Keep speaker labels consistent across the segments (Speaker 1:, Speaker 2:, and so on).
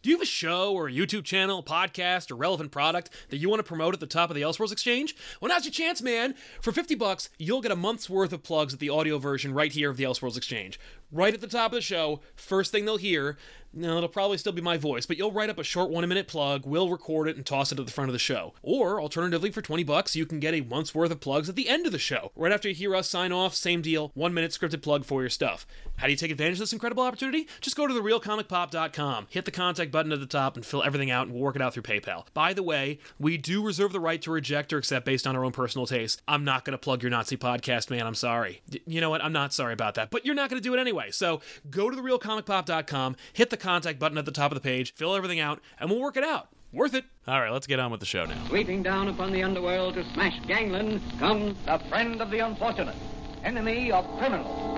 Speaker 1: Do you have a show or a YouTube channel, podcast, or relevant product that you want to promote at the top of the Elseworlds Exchange? Well, now's your chance, man. For 50 bucks, you'll get a month's worth of plugs at the audio version right here of the Elseworlds Exchange. Right at the top of the show, first thing they'll hear, no, it'll probably still be my voice, but you'll write up a short one minute plug, we'll record it and toss it at the front of the show. Or alternatively, for 20 bucks, you can get a month's worth of plugs at the end of the show. Right after you hear us sign off, same deal, one minute scripted plug for your stuff. How do you take advantage of this incredible opportunity? Just go to therealcomicpop.com, hit the contact button at the top, and fill everything out, and we'll work it out through PayPal. By the way, we do reserve the right to reject or accept based on our own personal taste. I'm not going to plug your Nazi podcast, man. I'm sorry. D- you know what? I'm not sorry about that, but you're not going to do it anyway. So go to therealcomicpop.com, hit the contact button at the top of the page, fill everything out, and we'll work it out. Worth it.
Speaker 2: All right, let's get on with the show now.
Speaker 3: Sweeping down upon the underworld to smash gangland comes the friend of the unfortunate, enemy of criminals.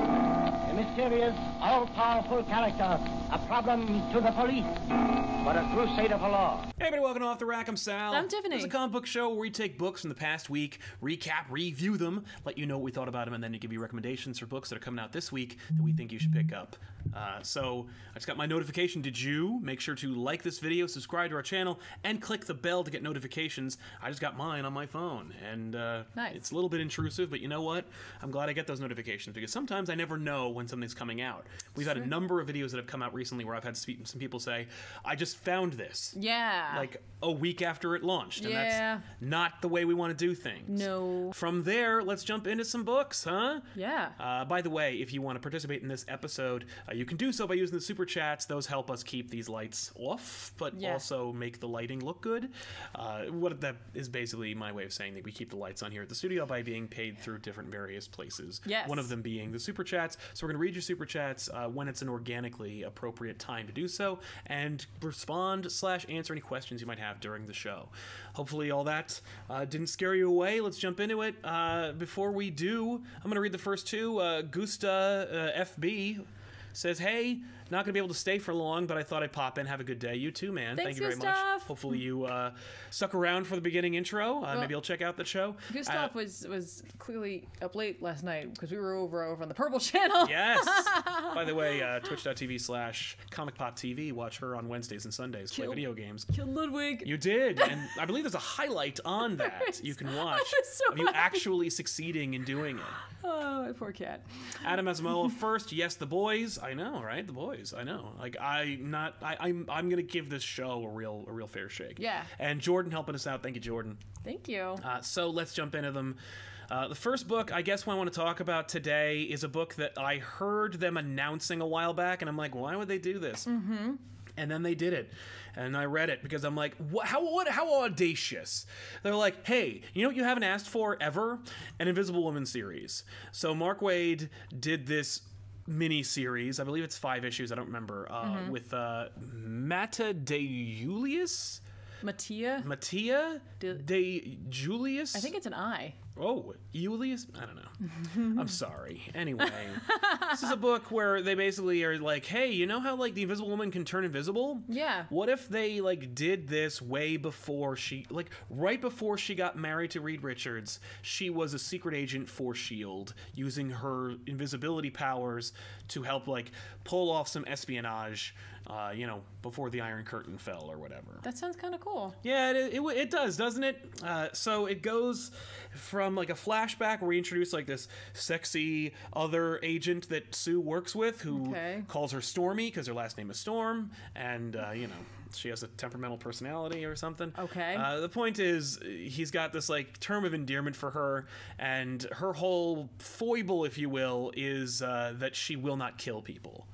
Speaker 4: A mysterious, all-powerful character, a problem to the police, but a crusader for law.
Speaker 1: Hey, everybody, welcome to Off the Rack. I'm Sal.
Speaker 5: I'm Tiffany.
Speaker 1: It's a comic book show where we take books from the past week, recap, review them, let you know what we thought about them, and then give you recommendations for books that are coming out this week that we think you should pick up. Uh, so I just got my notification. Did you? Make sure to like this video, subscribe to our channel, and click the bell to get notifications. I just got mine on my phone, and uh,
Speaker 5: Nice.
Speaker 1: it's a little bit intrusive, but you know what? I'm glad I get those notifications because sometimes I never know when something's coming out. We've had a number of videos that have come out recently where I've had spe- some people say, "I just found this."
Speaker 5: Yeah.
Speaker 1: like a week after it launched. And
Speaker 5: Yeah.
Speaker 1: that's not the way we want to do things.
Speaker 5: No.
Speaker 1: From there, let's jump into some books, huh?
Speaker 5: Yeah.
Speaker 1: Uh, by the way, if you want to participate in this episode, uh, you can do so by using the super chats. Those help us keep these lights off, but
Speaker 5: Yeah.
Speaker 1: also make the lighting look good. Uh, what that is basically my way of saying that we keep the lights on here at the studio by being paid through different various places.
Speaker 5: Yes.
Speaker 1: One of them being the super chats. So we're going to read your super chats uh, when it's an organically appropriate time to do so, and respond slash answer any questions you might have during the show. Hopefully, all that uh, didn't scare you away. Let's jump into it. Uh, before we do, I'm going to read the first two. Uh, Gusta uh, FB says, "Hey, not going to be able to stay for long, but I thought I'd pop in. Have a good day, you too, man.
Speaker 5: Thanks,
Speaker 1: Thank you very much.
Speaker 5: Gustav.
Speaker 1: Hopefully, you uh, stuck around for the beginning intro. Uh, maybe you'll check out the show. Uh,
Speaker 5: Gustav was was clearly up late last night because we were over over on the Purple Channel.
Speaker 1: Yes. By the way, uh, twitch.tv slash comic pop TV. Watch her on Wednesdays and Sundays play
Speaker 5: Kill-
Speaker 1: video games.
Speaker 5: Killed Ludwig.
Speaker 1: You did, and I believe there's a highlight on that you can watch
Speaker 5: was so
Speaker 1: of you
Speaker 5: happy.
Speaker 1: actually succeeding in doing it.
Speaker 5: Oh, my poor cat.
Speaker 1: Adam Asamoah first, yes, the boys. I know, right? The boys. I know. Like I not I, I'm I'm gonna give this show a real a real fair shake.
Speaker 5: Yeah.
Speaker 1: And Jordan helping us out. Thank you, Jordan.
Speaker 5: Thank you.
Speaker 1: Uh, so let's jump into them. Uh, the first book I guess I want to talk about today is a book that I heard them announcing a while back, and I'm like, why would they do this? Mm-hmm. And then they did it, and I read it because I'm like, what, how what, how audacious! They're like, hey, you know what you haven't asked for ever? An Invisible Woman series. So Mark Wade did this mini series. I believe it's five issues. I don't remember. Uh,
Speaker 5: Mm-hmm.
Speaker 1: With uh, Mata de Julius,
Speaker 5: Mattia.
Speaker 1: Mattia
Speaker 5: De-
Speaker 1: de Julius.
Speaker 5: I think it's an I.
Speaker 1: Oh, Julius? I don't know. I'm sorry. Anyway, this is a book where they basically are like, hey, you know how like the Invisible Woman can turn invisible?
Speaker 5: Yeah.
Speaker 1: What if they like did this way before she like right before she got married to Reed Richards, she was a secret agent for Shield, E using her invisibility powers to help like pull off some espionage, uh, you know, before the Iron Curtain fell or whatever.
Speaker 5: That sounds kind of cool.
Speaker 1: Yeah, it, it, it does, doesn't it? Uh, so it goes from like a flashback where we introduce like this sexy other agent that Sue works with who
Speaker 5: Okay.
Speaker 1: calls her Stormy because her last name is Storm, and uh, you know she has a temperamental personality or something.
Speaker 5: Okay.
Speaker 1: Uh, the point is, uh, he's got this like term of endearment for her, and her whole foible, if you will, is uh, that she will not kill people.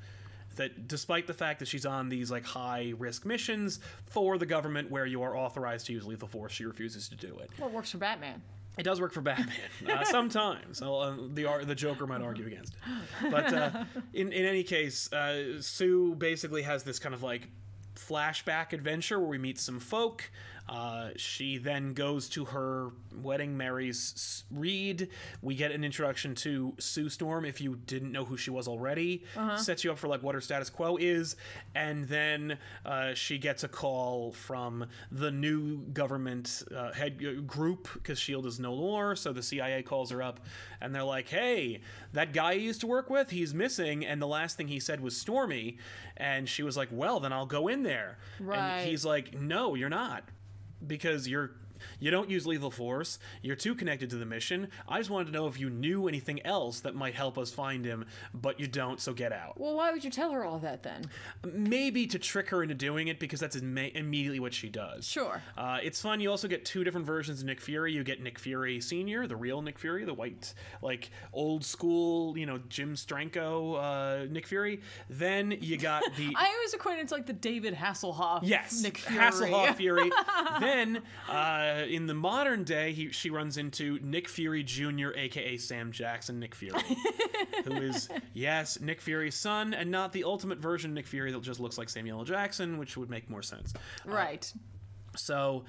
Speaker 1: That despite the fact that she's on these like high risk missions for the government where you are authorized to use lethal force, she refuses to do it.
Speaker 5: Well, it works for Batman.
Speaker 1: It does work for Batman uh, sometimes. Uh, the ar- the Joker might argue against it, but uh, in in any case, uh, Sue basically has this kind of like flashback adventure where we meet some folk. Uh, she then goes to her wedding, marries S- Reed. We get an introduction to Sue Storm. If you didn't know who she was already, sets you up for like what her status quo is, and then uh, she gets a call from the new government uh, head uh, group because Shield is no lore. So the CIA calls her up, and they're like, "Hey, that guy you used to work with, he's missing, and the last thing he said was Stormy." And she was like, "Well, then I'll go in there.
Speaker 5: Right.
Speaker 1: And he's like, no, you're not, because you're you don't use lethal force. You're too connected to the mission. I just wanted to know if you knew anything else that might help us find him, but you don't. So get out.
Speaker 5: Well, why would you tell her all that then?
Speaker 1: Maybe to trick her into doing it because that's imme- immediately what she does.
Speaker 5: Sure.
Speaker 1: Uh, it's fun. You also get two different versions of Nick Fury. You get Nick Fury Senior, the real Nick Fury, the white, like old school, you know, Jim Stranko uh, Nick Fury. Then you got the
Speaker 5: I always equate it to like the David Hasselhoff.
Speaker 1: yes,
Speaker 5: Nick Fury.
Speaker 1: Hasselhoff Fury. then uh, in the modern day, he, she runs into Nick Fury Junior, aka Sam Jackson Nick Fury, who is yes Nick Fury's son, and not the ultimate version of Nick Fury that just looks like Samuel L. Jackson, which would make more sense.
Speaker 5: Right.
Speaker 1: So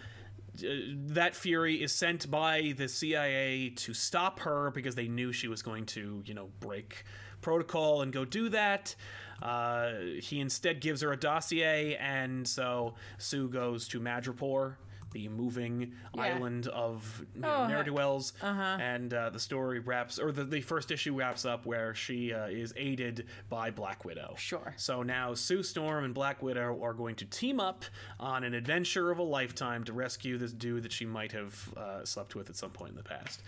Speaker 1: uh, that Fury is sent by the CIA to stop her because they knew she was going to, you know, break protocol and go do that. Uh, he instead gives her a dossier, and so Sue goes to Madripoor. The moving
Speaker 5: Yeah.
Speaker 1: island of you know,
Speaker 5: Oh, uh-huh. heck.
Speaker 1: ne'er do wells, and uh, the story wraps, or the, the first issue wraps up where she uh, is aided by Black Widow.
Speaker 5: Sure.
Speaker 1: So now Sue Storm and Black Widow are going to team up on an adventure of a lifetime to rescue this dude that she might have uh, slept with at some point in the past.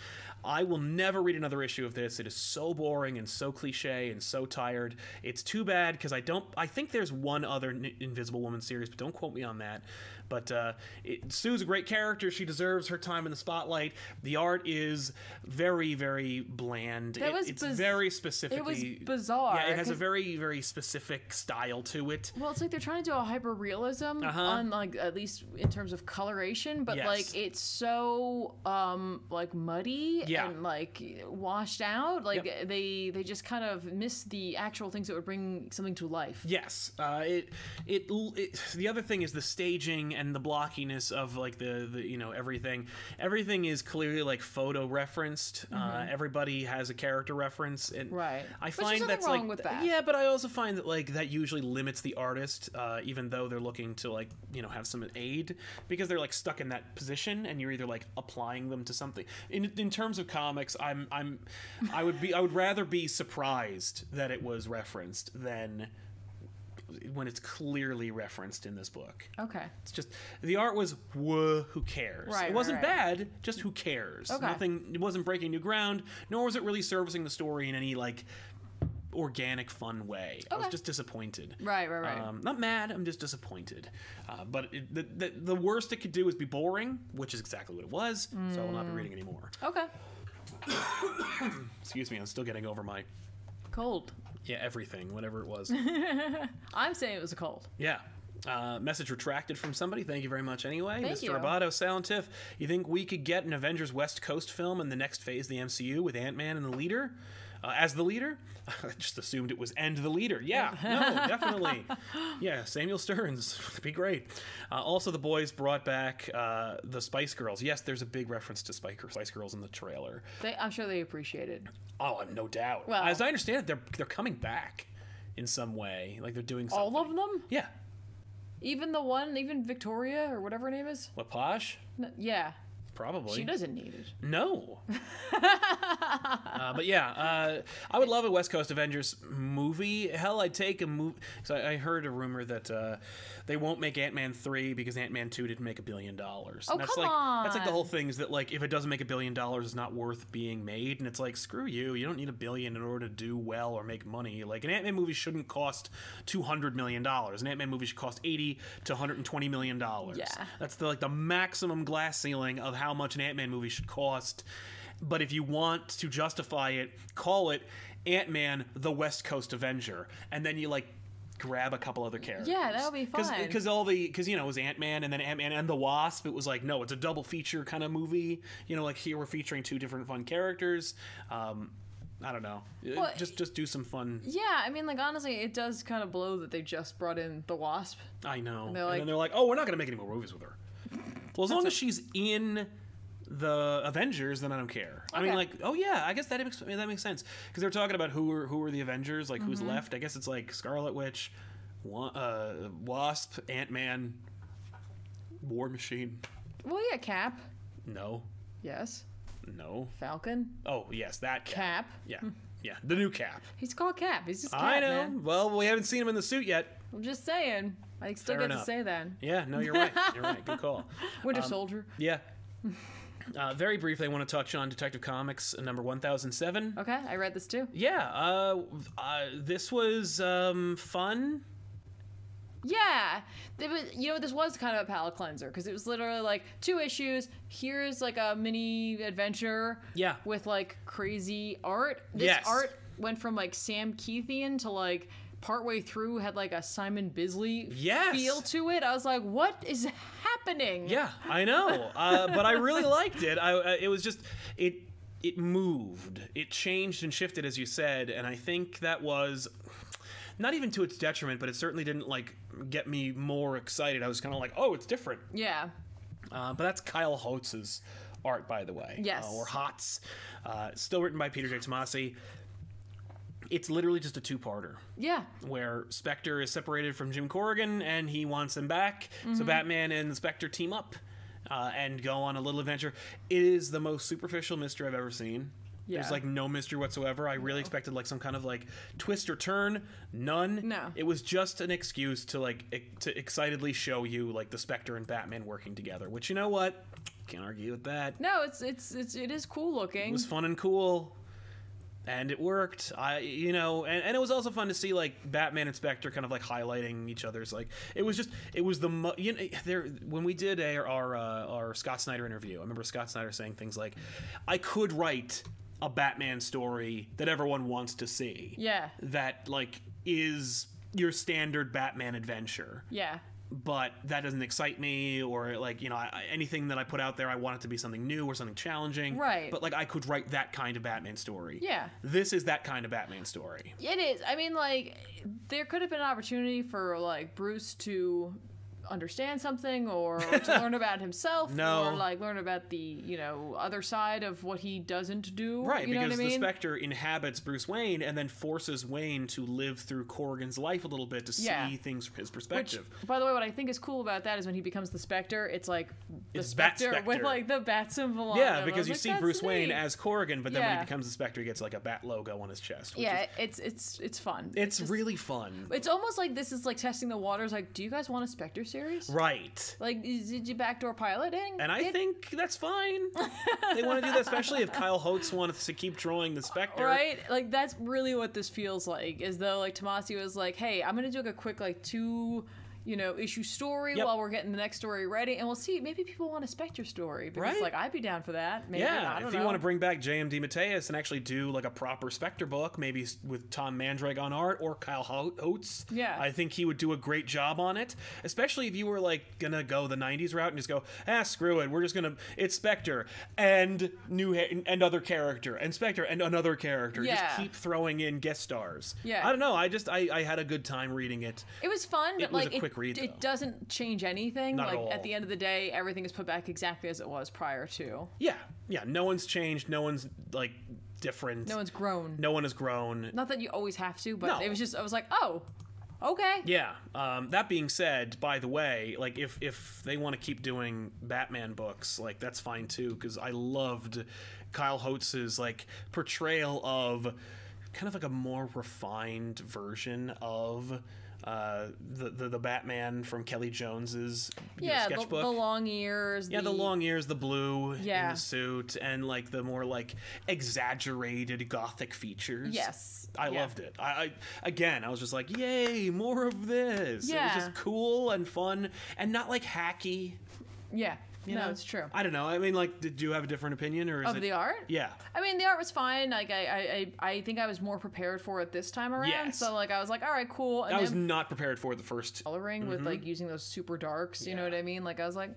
Speaker 1: I will never read another issue of this. It is so boring and so cliche and so tired. It's too bad because I don't. I think there's one other N- Invisible Woman series, but don't quote me on that. But uh, it, Sue's a great character. She deserves her time in the spotlight. The art is very, very bland.
Speaker 5: That
Speaker 1: It-
Speaker 5: was
Speaker 1: it's
Speaker 5: biz-
Speaker 1: very specifically.
Speaker 5: bizarre,
Speaker 1: Yeah, it has a very
Speaker 5: 'cause-
Speaker 1: very very specific style to it.
Speaker 5: Well, it's like they're trying to do a hyper realism
Speaker 1: Uh-huh.
Speaker 5: on like at least in terms of coloration, but
Speaker 1: Yes.
Speaker 5: like it's so um like muddy
Speaker 1: Yeah.
Speaker 5: and like washed out. Like
Speaker 1: Yep.
Speaker 5: they they just kind of miss the actual things that would bring something to life.
Speaker 1: Yes, uh, it, it it the other thing is the staging and the blockiness of like the, the you know everything. Everything is clearly like photo referenced. Uh, everybody has a character reference, and
Speaker 5: Right.
Speaker 1: I
Speaker 5: Which
Speaker 1: find
Speaker 5: there's nothing
Speaker 1: that's
Speaker 5: wrong
Speaker 1: like
Speaker 5: with that.
Speaker 1: yeah, but I also find that like that usually limits the artist, uh, even though they're looking to like you know have some aid because they're like stuck in that position, and you're either like applying them to something. In in terms of comics, I'm I'm I would be I would rather be surprised that it was referenced than when it's clearly referenced in this book.
Speaker 5: Okay.
Speaker 1: It's just the art was whoa, who cares?
Speaker 5: Right,
Speaker 1: it wasn't
Speaker 5: right, right.
Speaker 1: bad, just who cares?
Speaker 5: Okay.
Speaker 1: Nothing. It wasn't breaking new ground, nor was it really servicing the story in any like organic, fun way. I was
Speaker 5: Okay.
Speaker 1: just disappointed.
Speaker 5: Right, right, right.
Speaker 1: Um, not mad. I'm just disappointed. Uh, but it, the, the the worst it could do is be boring, which is exactly what it was. So I will not
Speaker 5: Mm.
Speaker 1: be reading anymore.
Speaker 5: Okay.
Speaker 1: Excuse me. I'm still getting over my
Speaker 5: Cold.
Speaker 1: yeah everything, whatever it was.
Speaker 5: I'm saying it was a cold.
Speaker 1: Yeah. Uh, message retracted from somebody. Thank you very much. Anyway,
Speaker 5: Thank
Speaker 1: Mr.
Speaker 5: you.
Speaker 1: Roboto, Sal, and Tiff, you think we could get an Avengers West Coast film in the next phase of the MCU with Ant Man and the leader? Uh, as the leader? I just assumed it was and the leader. Yeah, no, definitely. Yeah, Samuel Stearns. would be great. Uh, also, the boys brought back uh, the Spice Girls. Yes, there's a big reference to Spice Spice Girls in the trailer.
Speaker 5: They, I'm sure they appreciated.
Speaker 1: Oh, I'm no doubt.
Speaker 5: Well-
Speaker 1: as I understand it, they're, they're coming back in some way. Like they're doing something.
Speaker 5: All of them,
Speaker 1: Yeah.
Speaker 5: even the one, even Victoria or whatever her name is.
Speaker 1: Lepage?
Speaker 5: N- yeah,
Speaker 1: Probably.
Speaker 5: she doesn't need it.
Speaker 1: No. uh, but yeah, uh, I would love a West Coast Avengers movie. Hell, I'd take a movie. So I, I heard a rumor that uh, they won't make Ant Man three because Ant Man two didn't make a billion dollars.
Speaker 5: Oh,
Speaker 1: And that's
Speaker 5: come
Speaker 1: like that's like the
Speaker 5: on.
Speaker 1: whole thing is that like if it doesn't make a billion dollars, it's not worth being made. And it's like screw you, you don't need a billion in order to do well or make money. Like an Ant Man movie shouldn't cost two hundred million dollars. An Ant Man movie should cost eighty to one hundred and twenty million dollars.
Speaker 5: Yeah.
Speaker 1: That's the like the maximum glass ceiling of how much an Ant Man movie should cost. But if you want to justify it, call it Ant Man: The West Coast Avenger, and then you like grab a couple other characters.
Speaker 5: Yeah, that would be fun.
Speaker 1: Because all the because you know it was Ant Man and then Ant Man and the Wasp. It was like no, it's a double feature kind of movie. You know, like here we're featuring two different fun characters. Um, I don't know.
Speaker 5: Well,
Speaker 1: just just do some fun.
Speaker 5: Yeah, I mean, like honestly, it does kind of blow that they just brought in the Wasp.
Speaker 1: I know. And,
Speaker 5: they're
Speaker 1: then
Speaker 5: like-
Speaker 1: they're like, oh, we're not going to make any more movies with her. Well, as long as she's in the Avengers, then I don't care. I mean,
Speaker 5: Okay.
Speaker 1: like, oh yeah, I guess that makes that makes sense because they're talking about who are who are the Avengers, like
Speaker 5: Mm-hmm.
Speaker 1: who's left. I guess it's like Scarlet Witch, Wa- uh, Wasp, Ant Man, War Machine.
Speaker 5: Well, yeah, Cap.
Speaker 1: No,
Speaker 5: Yes,
Speaker 1: no.
Speaker 5: Falcon.
Speaker 1: Oh yes, that cap.
Speaker 5: Cap.
Speaker 1: Yeah, yeah, the new Cap.
Speaker 5: He's called Cap. He's just Cap,
Speaker 1: I know.
Speaker 5: Man.
Speaker 1: Well, we haven't seen him in the suit yet.
Speaker 5: I'm just saying. I still
Speaker 1: Fair
Speaker 5: get
Speaker 1: enough. Um,
Speaker 5: to say that.
Speaker 1: Yeah, no, you're right. You're right. Good call.
Speaker 5: Winter Soldier.
Speaker 1: Yeah. Uh, very briefly, I want to touch on Detective Comics uh, number 1007.
Speaker 5: Okay, I read this too.
Speaker 1: Yeah, uh, uh, this was um, fun.
Speaker 5: Yeah, it was, you know this was kind of a palate cleanser because it was literally like two issues. Here's like a mini adventure.
Speaker 1: Yeah.
Speaker 5: With like crazy art. This
Speaker 1: Yes.
Speaker 5: art went from like Sam Keithian to like partway through had like a Simon Bisley
Speaker 1: Yes.
Speaker 5: feel to it. I was like, what is happening?
Speaker 1: Yeah, I know, uh, but I really liked it. I, uh, it was just it it moved, it changed and shifted as you said, and I think that was not even to its detriment, but it certainly didn't like get me more excited. I was kind of like, oh, it's different.
Speaker 5: Yeah.
Speaker 1: Uh, but that's Kyle Holtz's art, by the way.
Speaker 5: Yes.
Speaker 1: Uh, or Hotz. Uh, still written by Peter J. Tomasi. It's literally just a two-parter
Speaker 5: Yeah.
Speaker 1: where Spectre is separated from Jim Corrigan and he wants him back.
Speaker 5: Mm-hmm.
Speaker 1: So Batman and Spectre team up uh, and go on a little adventure. It is the most superficial mystery I've ever seen.
Speaker 5: Yeah.
Speaker 1: There's like no mystery whatsoever. I really expected like some kind of like twist or turn. None.
Speaker 5: No.
Speaker 1: It was just an excuse to like ec- to excitedly show you like the Spectre and Batman working together. Which you know what? Can't argue with that.
Speaker 5: No, it's it's it's it is cool looking.
Speaker 1: It was fun and cool, and it worked. I, you know, and, and it was also fun to see like Batman and Spectre kind of like highlighting each other's like. It was just it was the mo- you know there when we did our our, uh, our Scott Snyder interview. I remember Scott Snyder saying things like, "I could write a Batman story that everyone wants to see."
Speaker 5: Yeah.
Speaker 1: that like is your standard Batman adventure
Speaker 5: yeah.
Speaker 1: but that doesn't excite me or like you know I, I- anything that i put out there i want it to be something new or something challenging
Speaker 5: Right.
Speaker 1: but like i could write that kind of batman story
Speaker 5: Yeah.
Speaker 1: this is that kind of batman story
Speaker 5: It is. I mean, like, there could have been an opportunity for like Bruce to understand something or to learn about himself
Speaker 1: No.
Speaker 5: or like learn about the you know other side of what he doesn't do
Speaker 1: right
Speaker 5: you know
Speaker 1: because
Speaker 5: what I
Speaker 1: the
Speaker 5: mean?
Speaker 1: spectre inhabits bruce wayne and then forces wayne to live through corrigan's life a little bit to
Speaker 5: Yeah.
Speaker 1: see things from his
Speaker 5: Which,
Speaker 1: perspective
Speaker 5: by the way, what I think is cool about that is when he becomes the Spectre, it's like the
Speaker 1: It's Bat
Speaker 5: Spectre, with
Speaker 1: Spectre.
Speaker 5: like the bat symbol. on him.
Speaker 1: yeah
Speaker 5: I
Speaker 1: because
Speaker 5: was
Speaker 1: you
Speaker 5: like,
Speaker 1: see
Speaker 5: "That's
Speaker 1: bruce wayne
Speaker 5: neat."
Speaker 1: as corrigan but then when
Speaker 5: Yeah.
Speaker 1: he becomes the spectre he gets like a bat logo on his chest which
Speaker 5: yeah,
Speaker 1: is,
Speaker 5: it's it's it's fun.
Speaker 1: it's
Speaker 5: just-
Speaker 1: really fun
Speaker 5: It's almost like this is like testing the waters. Like, do you guys want a Spectre series?
Speaker 1: right
Speaker 5: Like, is it you backdoor piloting?
Speaker 1: And I
Speaker 5: it?
Speaker 1: think that's fine. they want to do that, especially if Kyle Holtz wants to keep drawing the Spectre.
Speaker 5: Right? Like that's really what this feels like, is though like Tomasi was like, Hey, I'm gonna do like a quick like two you know, issue story
Speaker 1: Yep.
Speaker 5: while we're getting the next story ready and we'll see maybe people want a Spectre story because
Speaker 1: Right.
Speaker 5: like I'd be down for that. Maybe
Speaker 1: Yeah,
Speaker 5: I don't
Speaker 1: if you
Speaker 5: know.
Speaker 1: want to bring back JMD Mateus and actually do like a proper Spectre book, maybe s- with Tom Mandrake on art or Kyle Ho- Holtz,
Speaker 5: Yeah.
Speaker 1: I think he would do a great job on it. Especially if you were like gonna go the '90s route and just go, ah, screw it, we're just gonna it's Spectre and new ha- and other character and Spectre and another character.
Speaker 5: Yeah.
Speaker 1: Just keep throwing in guest stars.
Speaker 5: Yeah.
Speaker 1: I don't know. I just I, I had a good time reading it.
Speaker 5: it was fun, but
Speaker 1: It was
Speaker 5: like
Speaker 1: a quick
Speaker 5: it,
Speaker 1: read, though.
Speaker 5: it doesn't change anything.
Speaker 1: Not
Speaker 5: like
Speaker 1: at
Speaker 5: at,
Speaker 1: all.
Speaker 5: the end of the day, everything is put back exactly as it was prior to.
Speaker 1: Yeah, yeah. No one's changed. No one's like different.
Speaker 5: No one's grown.
Speaker 1: No one has grown.
Speaker 5: Not that you always have to, but
Speaker 1: No.
Speaker 5: it was just I was like, Oh, okay.
Speaker 1: Yeah. Um, that being said, by the way, like if if they want to keep doing Batman books, like that's fine too, because I loved Kyle Holtz's like portrayal of kind of like a more refined version of. Uh, the, the the Batman from Kelly Jones's you know,
Speaker 5: Yeah, the,
Speaker 1: sketchbook.
Speaker 5: the long ears.
Speaker 1: Yeah, the long ears, the blue in
Speaker 5: Yeah.
Speaker 1: the suit, and like the more like exaggerated gothic features.
Speaker 5: Yes.
Speaker 1: I
Speaker 5: Yeah.
Speaker 1: loved it. I, I again, I was just like, yay, more of this. It was
Speaker 5: Yeah.
Speaker 1: just cool and fun, and not like hacky.
Speaker 5: Yeah.
Speaker 1: You
Speaker 5: no,
Speaker 1: know?
Speaker 5: it's true.
Speaker 1: I don't know. I mean, like, did you have a different opinion, or is
Speaker 5: of
Speaker 1: it?
Speaker 5: the art?
Speaker 1: Yeah.
Speaker 5: I mean, the art was fine. Like, I, I, I I think I was more prepared for it this time around.
Speaker 1: Yes.
Speaker 5: So, like, I was like, all right, cool. And
Speaker 1: I was
Speaker 5: then
Speaker 1: not prepared for the first.
Speaker 5: coloring with like using those super darks. You know
Speaker 1: Yeah.
Speaker 5: what I mean? Like, I was like,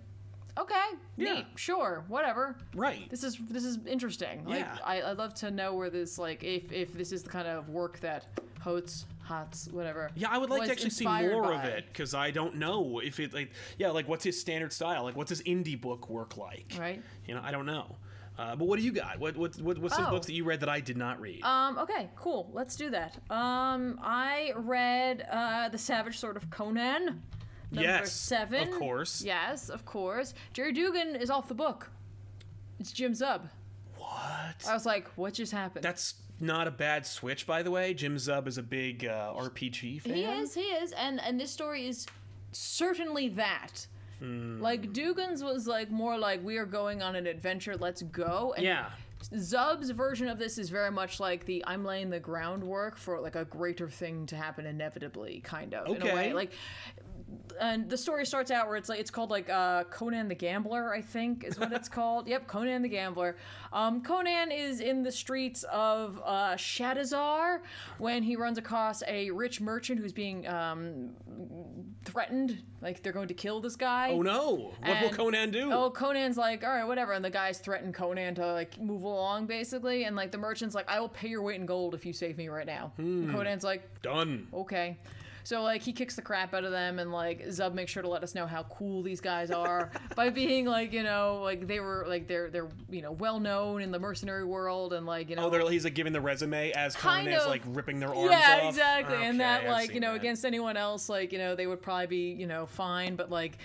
Speaker 5: okay,
Speaker 1: Yeah.
Speaker 5: neat, sure, whatever.
Speaker 1: Right.
Speaker 5: This is this is interesting. Like,
Speaker 1: Yeah.
Speaker 5: I, I love to know where this like if if this is the kind of work that Hotz, Hots, whatever.
Speaker 1: Yeah, I would like
Speaker 5: was
Speaker 1: to actually see
Speaker 5: inspired
Speaker 1: more of
Speaker 5: by.
Speaker 1: it because I don't know if it like yeah like what's his standard style like what's his indie book work like
Speaker 5: Right.
Speaker 1: you know I don't know uh, but what do you got what what, what what's some
Speaker 5: Oh.
Speaker 1: books that you read that I did not read
Speaker 5: Um, okay, cool. Let's do that. Um, I read uh, The Savage Sword of Conan. Number
Speaker 1: Yes, of
Speaker 5: seven.
Speaker 1: course.
Speaker 5: Yes, of course. Jerry Dugan is off the book. It's Jim Zub.
Speaker 1: what
Speaker 5: I was like, what just happened?
Speaker 1: that's not a bad switch, by the way. Jim Zub is a big uh, RPG fan.
Speaker 5: He is, he is, and and this story is certainly that.
Speaker 1: Hmm.
Speaker 5: Like Dugan's was like more like we are going on an adventure, let's go. And
Speaker 1: Yeah.
Speaker 5: Zub's version of this is very much like the I'm laying the groundwork for like a greater thing to happen inevitably, kind of in a
Speaker 1: Okay.
Speaker 5: way. Like, and the story starts out where it's like it's called like uh, Conan the Gambler, I think is what it's called. Yep, Conan the Gambler. Um, Conan is in the streets of uh, Shadazar when he runs across a rich merchant who's being um, threatened, like they're going to kill this guy.
Speaker 1: Oh no! What will
Speaker 5: And-
Speaker 1: Conan do?
Speaker 5: Oh, Conan's like, all right, whatever. And the guys threaten Conan to like move along, basically. And like the merchant's like, I will pay your weight in gold if you save me right now. And
Speaker 1: Hmm.
Speaker 5: Conan's like,
Speaker 1: Done.
Speaker 5: okay. So like he kicks the crap out of them, and like Zub makes sure to let us know how cool these guys are by being like, you know, like they were like they're they're you know well known in the mercenary world, and like you know.
Speaker 1: Oh, they're, he's like giving the resume as Conan
Speaker 5: Kind
Speaker 1: is
Speaker 5: of.
Speaker 1: like ripping their arms off.
Speaker 5: yeah, exactly, and
Speaker 1: Okay,
Speaker 5: that
Speaker 1: I've
Speaker 5: like you
Speaker 1: seen
Speaker 5: know
Speaker 1: that.
Speaker 5: against anyone else, like you know they would probably be you know fine, but like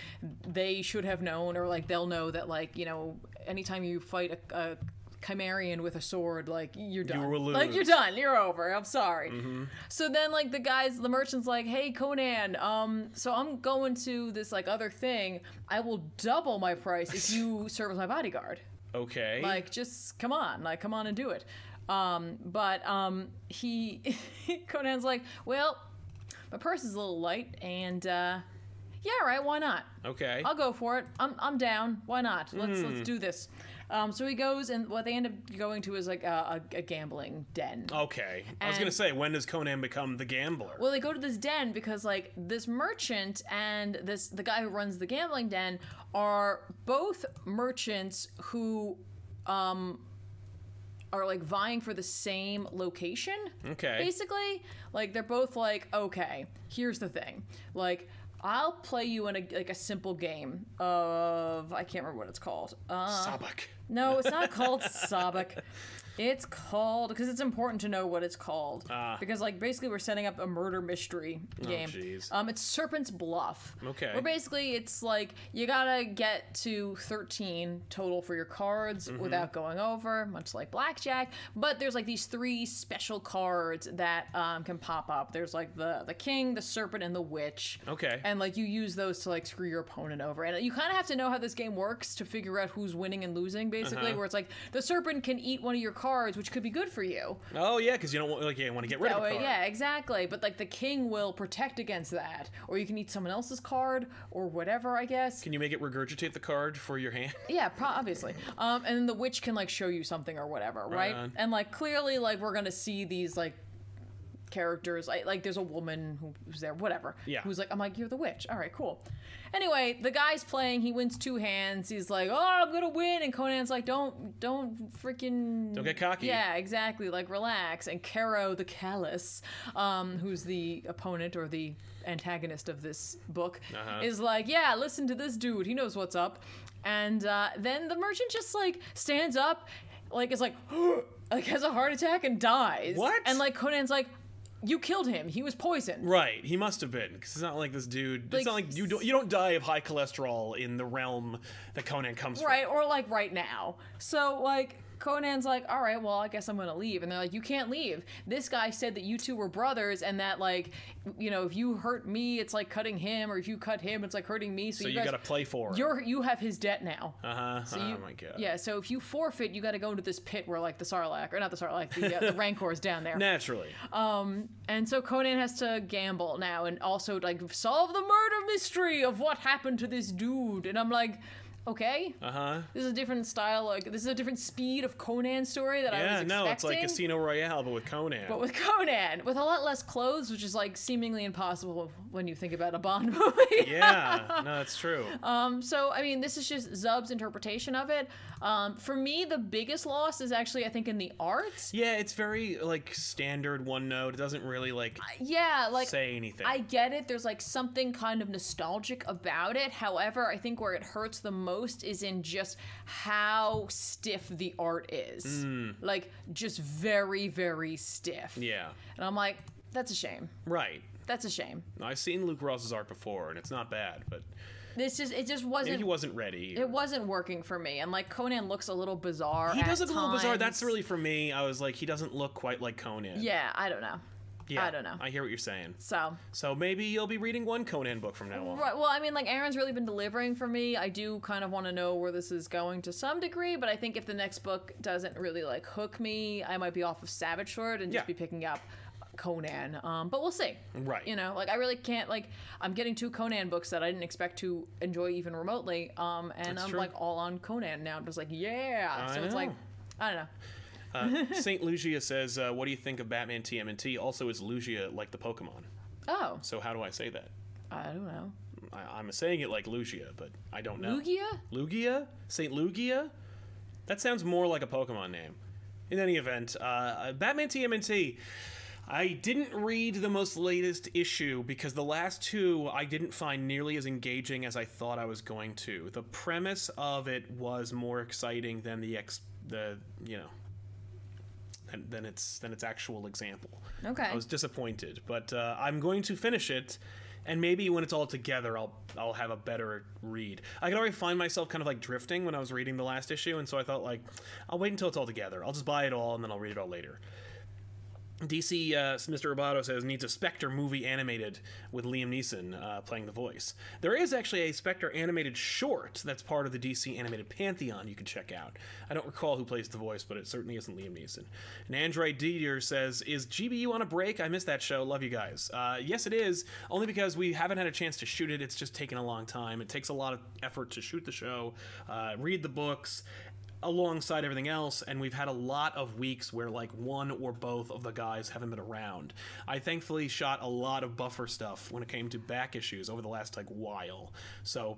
Speaker 5: they should have known, or like they'll know that like you know anytime you fight a, a Chimerian with a sword, like you're done.
Speaker 1: will
Speaker 5: Like you're
Speaker 1: lose. Mm-hmm.
Speaker 5: done. You're over. I'm sorry. So then like the guys, the merchant's like, hey Conan, um, so I'm going to this like other thing. I will double my price if you serve as my bodyguard.
Speaker 1: Okay.
Speaker 5: Like, just come on, like, come on and do it. Um, but um, he, Conan's like, well, my purse is a little light, and uh, yeah, all right, why not?
Speaker 1: okay.
Speaker 5: I'll go for it. I'm, I'm down. Why not? Let's let's do this. Um, so he goes, and what they end up going to is like a, a, a gambling den.
Speaker 1: okay. I was
Speaker 5: And-
Speaker 1: gonna say, when does Conan become the gambler?
Speaker 5: Well, they go to this den because like this merchant and this the guy who runs the gambling den are both merchants who um are like vying for the same location.
Speaker 1: Okay.
Speaker 5: Basically, like they're both like, okay, here's the thing. Like I'll play you in a like a simple game of I can't remember what it's called. Uh,
Speaker 1: Sabak.
Speaker 5: no, it's not called Sabak. It's called because it's important to know what it's called.
Speaker 1: Ah.
Speaker 5: because like basically we're setting up a murder mystery game.
Speaker 1: Oh, jeez.
Speaker 5: um, it's Serpent's Bluff.
Speaker 1: Okay.
Speaker 5: Where basically it's like you gotta get to thirteen total for your cards
Speaker 1: Mm-hmm.
Speaker 5: without going over, much like blackjack. But there's like these three special cards that um, can pop up. There's like the the king, the serpent, and the witch.
Speaker 1: Okay.
Speaker 5: And like you use those to like screw your opponent over. And you kind of have to know how this game works to figure out who's winning and losing, basically.
Speaker 1: Uh-huh.
Speaker 5: Where it's like the serpent can eat one of your cards, which could be good for you.
Speaker 1: Oh yeah, because you don't want, like you want to get rid
Speaker 5: That
Speaker 1: of a
Speaker 5: way,
Speaker 1: card.
Speaker 5: yeah, exactly. But like the king will protect against that, or you can eat someone else's card, or whatever, I guess.
Speaker 1: Can you make it regurgitate the card for your hand?
Speaker 5: Yeah, pro- obviously. Um, and then the witch can like show you something or whatever, right?
Speaker 1: on.
Speaker 5: And like clearly, like we're gonna see these like characters. Like, like there's a woman who, who's there, whatever.
Speaker 1: Yeah.
Speaker 5: Who's like, I'm like, you're the witch. All right, cool. Anyway, the guy's playing. He wins two hands. He's like, oh, I'm gonna win. And Conan's like, don't, don't freaking.
Speaker 1: Don't get cocky.
Speaker 5: Yeah, exactly. Like relax. And Caro the Callous, um, who's the opponent or the antagonist of this book,
Speaker 1: Uh-huh.
Speaker 5: is like, yeah, listen to this dude. He knows what's up. And uh, then the merchant just like stands up, like is like, like has a heart attack and dies.
Speaker 1: What?
Speaker 5: And like Conan's like, you killed him. He was poisoned.
Speaker 1: Right, he must have been, because it's not like this dude. it's
Speaker 5: Like,
Speaker 1: not like you don't you don't die of high cholesterol in the realm that Conan comes
Speaker 5: Right, or like right now. So like Conan's like, all right, well, I guess I'm gonna leave. And they're like, you can't leave. This guy said that you two were brothers, and that like, you know, if you hurt me, it's like cutting him, or if you cut him, it's like hurting me. So,
Speaker 1: from. So you,
Speaker 5: guys,
Speaker 1: gotta play for it.
Speaker 5: you're you have his debt now.
Speaker 1: Uh-huh.
Speaker 5: So you-
Speaker 1: oh my god.
Speaker 5: Yeah, so if you forfeit, you got to go into this pit where like the Sarlacc, or not the Sarlacc, the, uh, the Rancor is down there.
Speaker 1: Naturally.
Speaker 5: Um, and so Conan has to gamble now and also like solve the murder mystery of what happened to this dude. And I'm like, okay,
Speaker 1: Uh huh.
Speaker 5: this is a different style. Like this is a different speed of Conan story that I
Speaker 1: Yeah,
Speaker 5: was expecting.
Speaker 1: no, it's like Casino Royale, but with Conan.
Speaker 5: But with Conan, with a lot less clothes, which is like seemingly impossible when you think about a Bond movie.
Speaker 1: yeah, no, that's true.
Speaker 5: Um, so I mean, this is just Zub's interpretation of it. Um, for me, the biggest loss is actually I think in the arts.
Speaker 1: yeah, it's very like standard one note. It doesn't really like
Speaker 5: Yeah, like
Speaker 1: say anything.
Speaker 5: I get it. There's like something kind of nostalgic about it. However, I think where it hurts the most is in just how stiff the art is. Like just very, very stiff.
Speaker 1: Mm. yeah,
Speaker 5: And I'm like, that's a shame.
Speaker 1: right.
Speaker 5: That's a shame.
Speaker 1: I've seen Luke Ross's art before, and it's not bad, but
Speaker 5: This just it just
Speaker 1: Maybe
Speaker 5: wasn't
Speaker 1: he wasn't ready.
Speaker 5: it wasn't working for me. And like Conan looks a little bizarre.
Speaker 1: he
Speaker 5: at
Speaker 1: does look a little bizarre.
Speaker 5: times.
Speaker 1: That's really for me. I was like, he doesn't look quite like Conan.
Speaker 5: Yeah, I don't know.
Speaker 1: Yeah,
Speaker 5: I don't know.
Speaker 1: I hear what you're saying.
Speaker 5: So
Speaker 1: So maybe you'll be reading one Conan book from now on.
Speaker 5: Right. Well, I mean, like Aaron's really been delivering for me. I do kind of want to know where this is going to some degree, but I think if the next book doesn't really like hook me, I might be off of Savage Sword and just
Speaker 1: Yeah.
Speaker 5: be picking up Conan. Um, but we'll see.
Speaker 1: Right.
Speaker 5: You know, like I really can't like I'm getting two Conan books that I didn't expect to enjoy even remotely. Um, and
Speaker 1: That's
Speaker 5: I'm
Speaker 1: true.
Speaker 5: like all on Conan now. I'm just like, yeah.
Speaker 1: I
Speaker 5: so it's like,
Speaker 1: know.
Speaker 5: I don't know.
Speaker 1: Saint Lucia says, uh, "What do you think of Batman TMNT?" Also, is Lucia like the Pokemon?
Speaker 5: Oh,
Speaker 1: So how do I say that?
Speaker 5: I don't know.
Speaker 1: I, I'm saying it like Lugia, but I don't know.
Speaker 5: Lugia?
Speaker 1: Lugia? Saint Lugia? That sounds more like a Pokemon name. In any event, uh, Batman TMNT. I didn't read the most latest issue because the last two I didn't find nearly as engaging as I thought I was going to. The premise of it was more exciting than the ex the you know than, than its than its actual example.
Speaker 5: Okay.
Speaker 1: I was disappointed, but uh, I'm going to finish it, and maybe when it's all together, I'll I'll have a better read. I could already find myself kind of like drifting when I was reading the last issue, and so I thought like I'll wait until it's all together. I'll just buy it all, and then I'll read it all later. DC uh, Mr. Roboto says needs a Spectre movie animated with Liam Neeson uh, playing the voice. There is actually a Spectre animated short that's part of the DC animated pantheon you can check out. I don't recall who plays the voice, but it certainly isn't Liam Neeson. And Android Dieter says, "Is GBU on a break? I miss that show. Love you guys." Uh, yes, it is. Only because we haven't had a chance to shoot it. It's just taken a long time. It takes a lot of effort to shoot the show, uh, read the books, alongside everything else and we've had a lot of weeks where like one or both of the guys haven't been around i thankfully shot a lot of buffer stuff when it came to back issues over the last like while so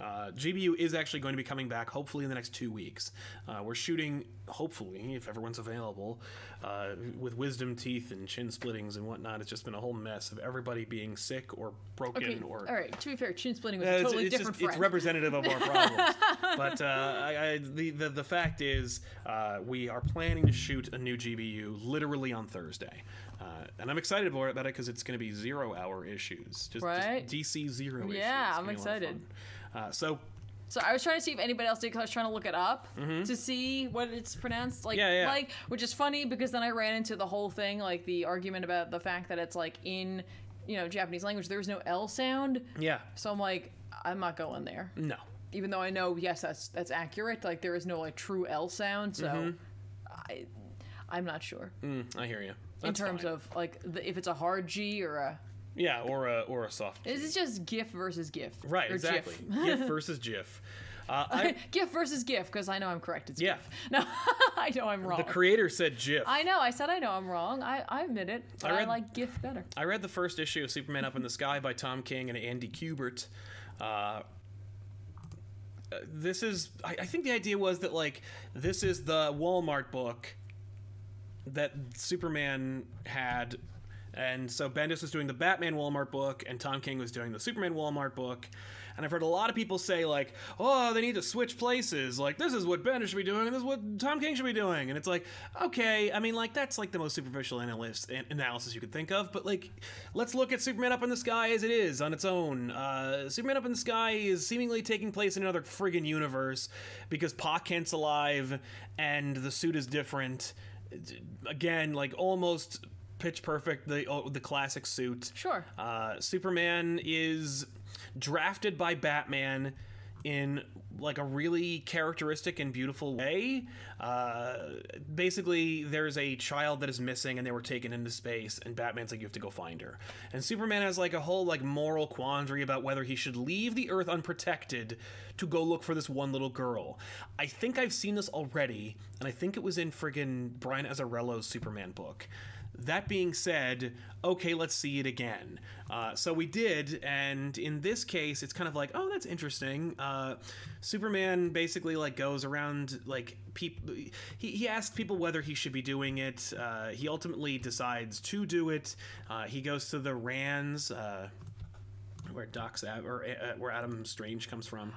Speaker 1: uh, GBU is actually going to be coming back hopefully in the next two weeks. Uh, we're shooting, hopefully, if everyone's available, uh, with wisdom teeth and chin splittings and whatnot. It's just been a whole mess of everybody being sick or broken
Speaker 5: Okay.
Speaker 1: or
Speaker 5: All right. To be fair, chin splitting was
Speaker 1: uh,
Speaker 5: a
Speaker 1: it's-
Speaker 5: totally
Speaker 1: it's,
Speaker 5: different
Speaker 1: just, it's
Speaker 5: friend.
Speaker 1: representative of our problems. but uh, I, I, the, the the fact is, uh, we are planning to shoot a new GBU literally on Thursday, uh, and I'm excited about it because it's going to be zero hour issues, just, just
Speaker 5: Right.
Speaker 1: DC zero issues.
Speaker 5: Yeah,
Speaker 1: It's
Speaker 5: I'm
Speaker 1: gonna be a lot of
Speaker 5: excited.
Speaker 1: fun. Uh, so
Speaker 5: So I was trying to see if anybody else did because I was trying to look it up to see what it's pronounced like,
Speaker 1: Mm-hmm. Yeah, yeah.
Speaker 5: like, which is funny because then I ran into the whole thing, like the argument about the fact that it's like in, you know, Japanese language, there's no L sound.
Speaker 1: yeah,
Speaker 5: So I'm like, I'm not going there,
Speaker 1: no,
Speaker 5: even though I know yes, that's that's accurate. Like there is no like true L sound, so I, I'm not sure
Speaker 1: Mm-hmm. Mm, I hear you.
Speaker 5: in terms of like the, if it's a hard G or a.
Speaker 1: yeah, or a or a soft
Speaker 5: This is just GIF versus GIF.
Speaker 1: right,
Speaker 5: or
Speaker 1: exactly. GIF
Speaker 5: GIF.
Speaker 1: versus GIF. Uh, I,
Speaker 5: GIF versus GIF, because I know I'm correct. It's
Speaker 1: Yeah.
Speaker 5: GIF. No, I know I'm wrong.
Speaker 1: the creator said GIF.
Speaker 5: I know. I said I know I'm wrong. I, I admit it. But
Speaker 1: I
Speaker 5: I,
Speaker 1: read-
Speaker 5: like GIF better.
Speaker 1: I read the first issue of Superman Up in the Sky by Tom King and Andy Kubert. Uh, uh, this is, I, I think the idea was that, like, this is the Walmart book that Superman had. And so Bendis was doing the Batman Walmart book, and Tom King was doing the Superman Walmart book. And I've heard a lot of people say, like, oh, they need to switch places. Like, this is what Bendis should be doing, and this is what Tom King should be doing. And it's like, okay, I mean, like, that's like the most superficial analyst, an- analysis you could think of. But, like, let's look at Superman Up in the Sky as it is on its own. Uh, Superman Up in the Sky is seemingly taking place in another friggin' universe because Pa Kent's alive, and the suit is different again like almost pitch perfect the oh, the classic suit
Speaker 5: Sure.
Speaker 1: uh, superman is drafted by batman in like a really characteristic and beautiful way uh, basically there's a child that is missing and they were taken into space and batman's like you have to go find her and superman has like a whole like moral quandary about whether he should leave the earth unprotected to go look for this one little girl i think i've seen this already and i think it was in friggin brian azzarello's superman book that being said, okay, let's see it again. Uh, so we did, and in this case, it's kind of like, oh, that's interesting. Uh, Superman basically like goes around like people. He, he asks people whether he should be doing it. Uh, he ultimately decides to do it. Uh, he goes to the Rands. Uh, where Doc's at, or uh, where Adam Strange comes from,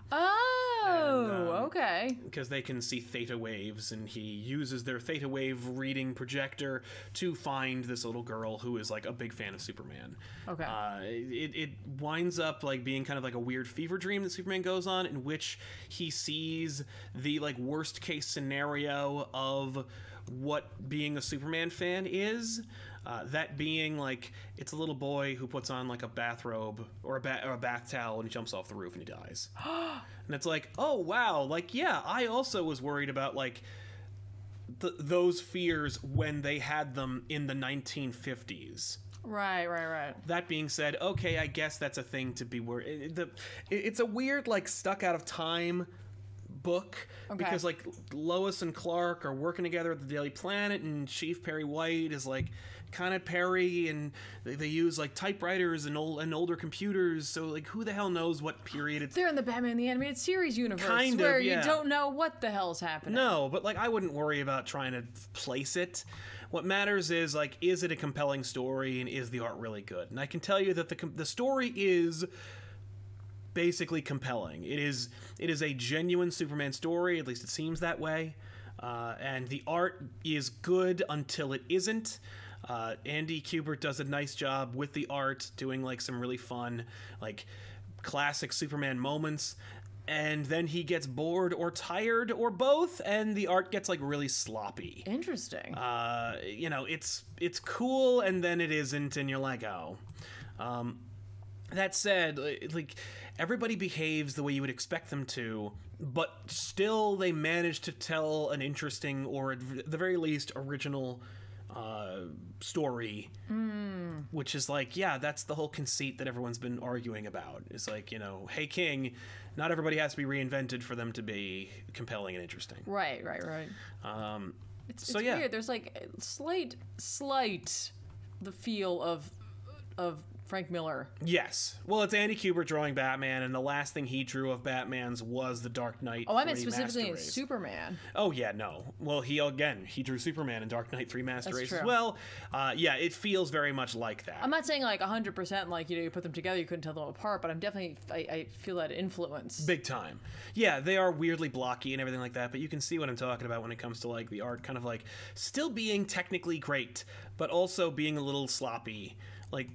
Speaker 5: Oh,
Speaker 1: And, um,
Speaker 5: okay.
Speaker 1: because they can see theta waves, and he uses their theta wave reading projector to find this little girl who is like a big fan of Superman.
Speaker 5: Okay.
Speaker 1: Uh, it, it winds up like being kind of like a weird fever dream that Superman goes on, in which he sees the like worst case scenario of what being a Superman fan is. Uh, that being like it's a little boy who puts on like a bathrobe or a, ba- or a bath towel and he jumps off the roof and he dies. and it's like, oh wow, like yeah, I also was worried about like th- those fears when they had them in the 1950s.
Speaker 5: Right, right, right.
Speaker 1: That being said, okay, I guess that's a thing to be worried. The it- it's a weird like stuck out of time book
Speaker 5: Okay.
Speaker 1: because like Lois and Clark are working together at the Daily Planet, and Chief Perry White is like kind of Perry, and they, they use like typewriters and old and older computers. So like, who the hell knows what period it's
Speaker 5: They're in the Batman the Animated Series universe
Speaker 1: Kind of,
Speaker 5: where
Speaker 1: yeah.
Speaker 5: you don't know what the hell's happening.
Speaker 1: No, but like I wouldn't worry about trying to place it. What matters is like is it a compelling story and is the art really good? And I can tell you that the com- the story is basically compelling. It is it is a genuine Superman story, at least it seems that way. Uh, and the art is good until it isn't. Uh, Andy Kubert does a nice job with the art, doing like some really fun, like classic Superman moments. And then he gets bored or tired or both, and the art gets like really sloppy.
Speaker 5: Interesting.
Speaker 1: Uh, you know, it's it's cool, and then it isn't, and you're like, oh. Um, that said, li- like everybody behaves the way you would expect them to, but still they manage to tell an interesting or at v- the very least original uh, story, which is like, yeah, that's the whole conceit that everyone's been arguing about. It's like, you know, hey, King, not everybody has to be reinvented for them to be compelling and interesting.
Speaker 5: right, right, right.
Speaker 1: Um,
Speaker 5: It's,
Speaker 1: So,
Speaker 5: it's
Speaker 1: yeah.
Speaker 5: weird. There's like a slight, slight, the feel of of Frank Miller.
Speaker 1: Yes. Well, it's Andy Kubert drawing Batman, and the last thing he drew of Batman's was the Dark Knight.
Speaker 5: Oh, I meant
Speaker 1: Three
Speaker 5: specifically
Speaker 1: Master
Speaker 5: in
Speaker 1: Race.
Speaker 5: Superman.
Speaker 1: Oh yeah, no. Well, he again he drew Superman in Dark Knight Three Master
Speaker 5: That's
Speaker 1: Race as
Speaker 5: true.
Speaker 1: well. Uh, yeah, it feels very much like that.
Speaker 5: I'm not saying like 100% like, you know, you put them together, you couldn't tell them apart, but I'm definitely, I, I feel that influence.
Speaker 1: Big time. Yeah, they are weirdly blocky and everything like that, but you can see what I'm talking about when it comes to like the art kind of like still being technically great, but also being a little sloppy. Like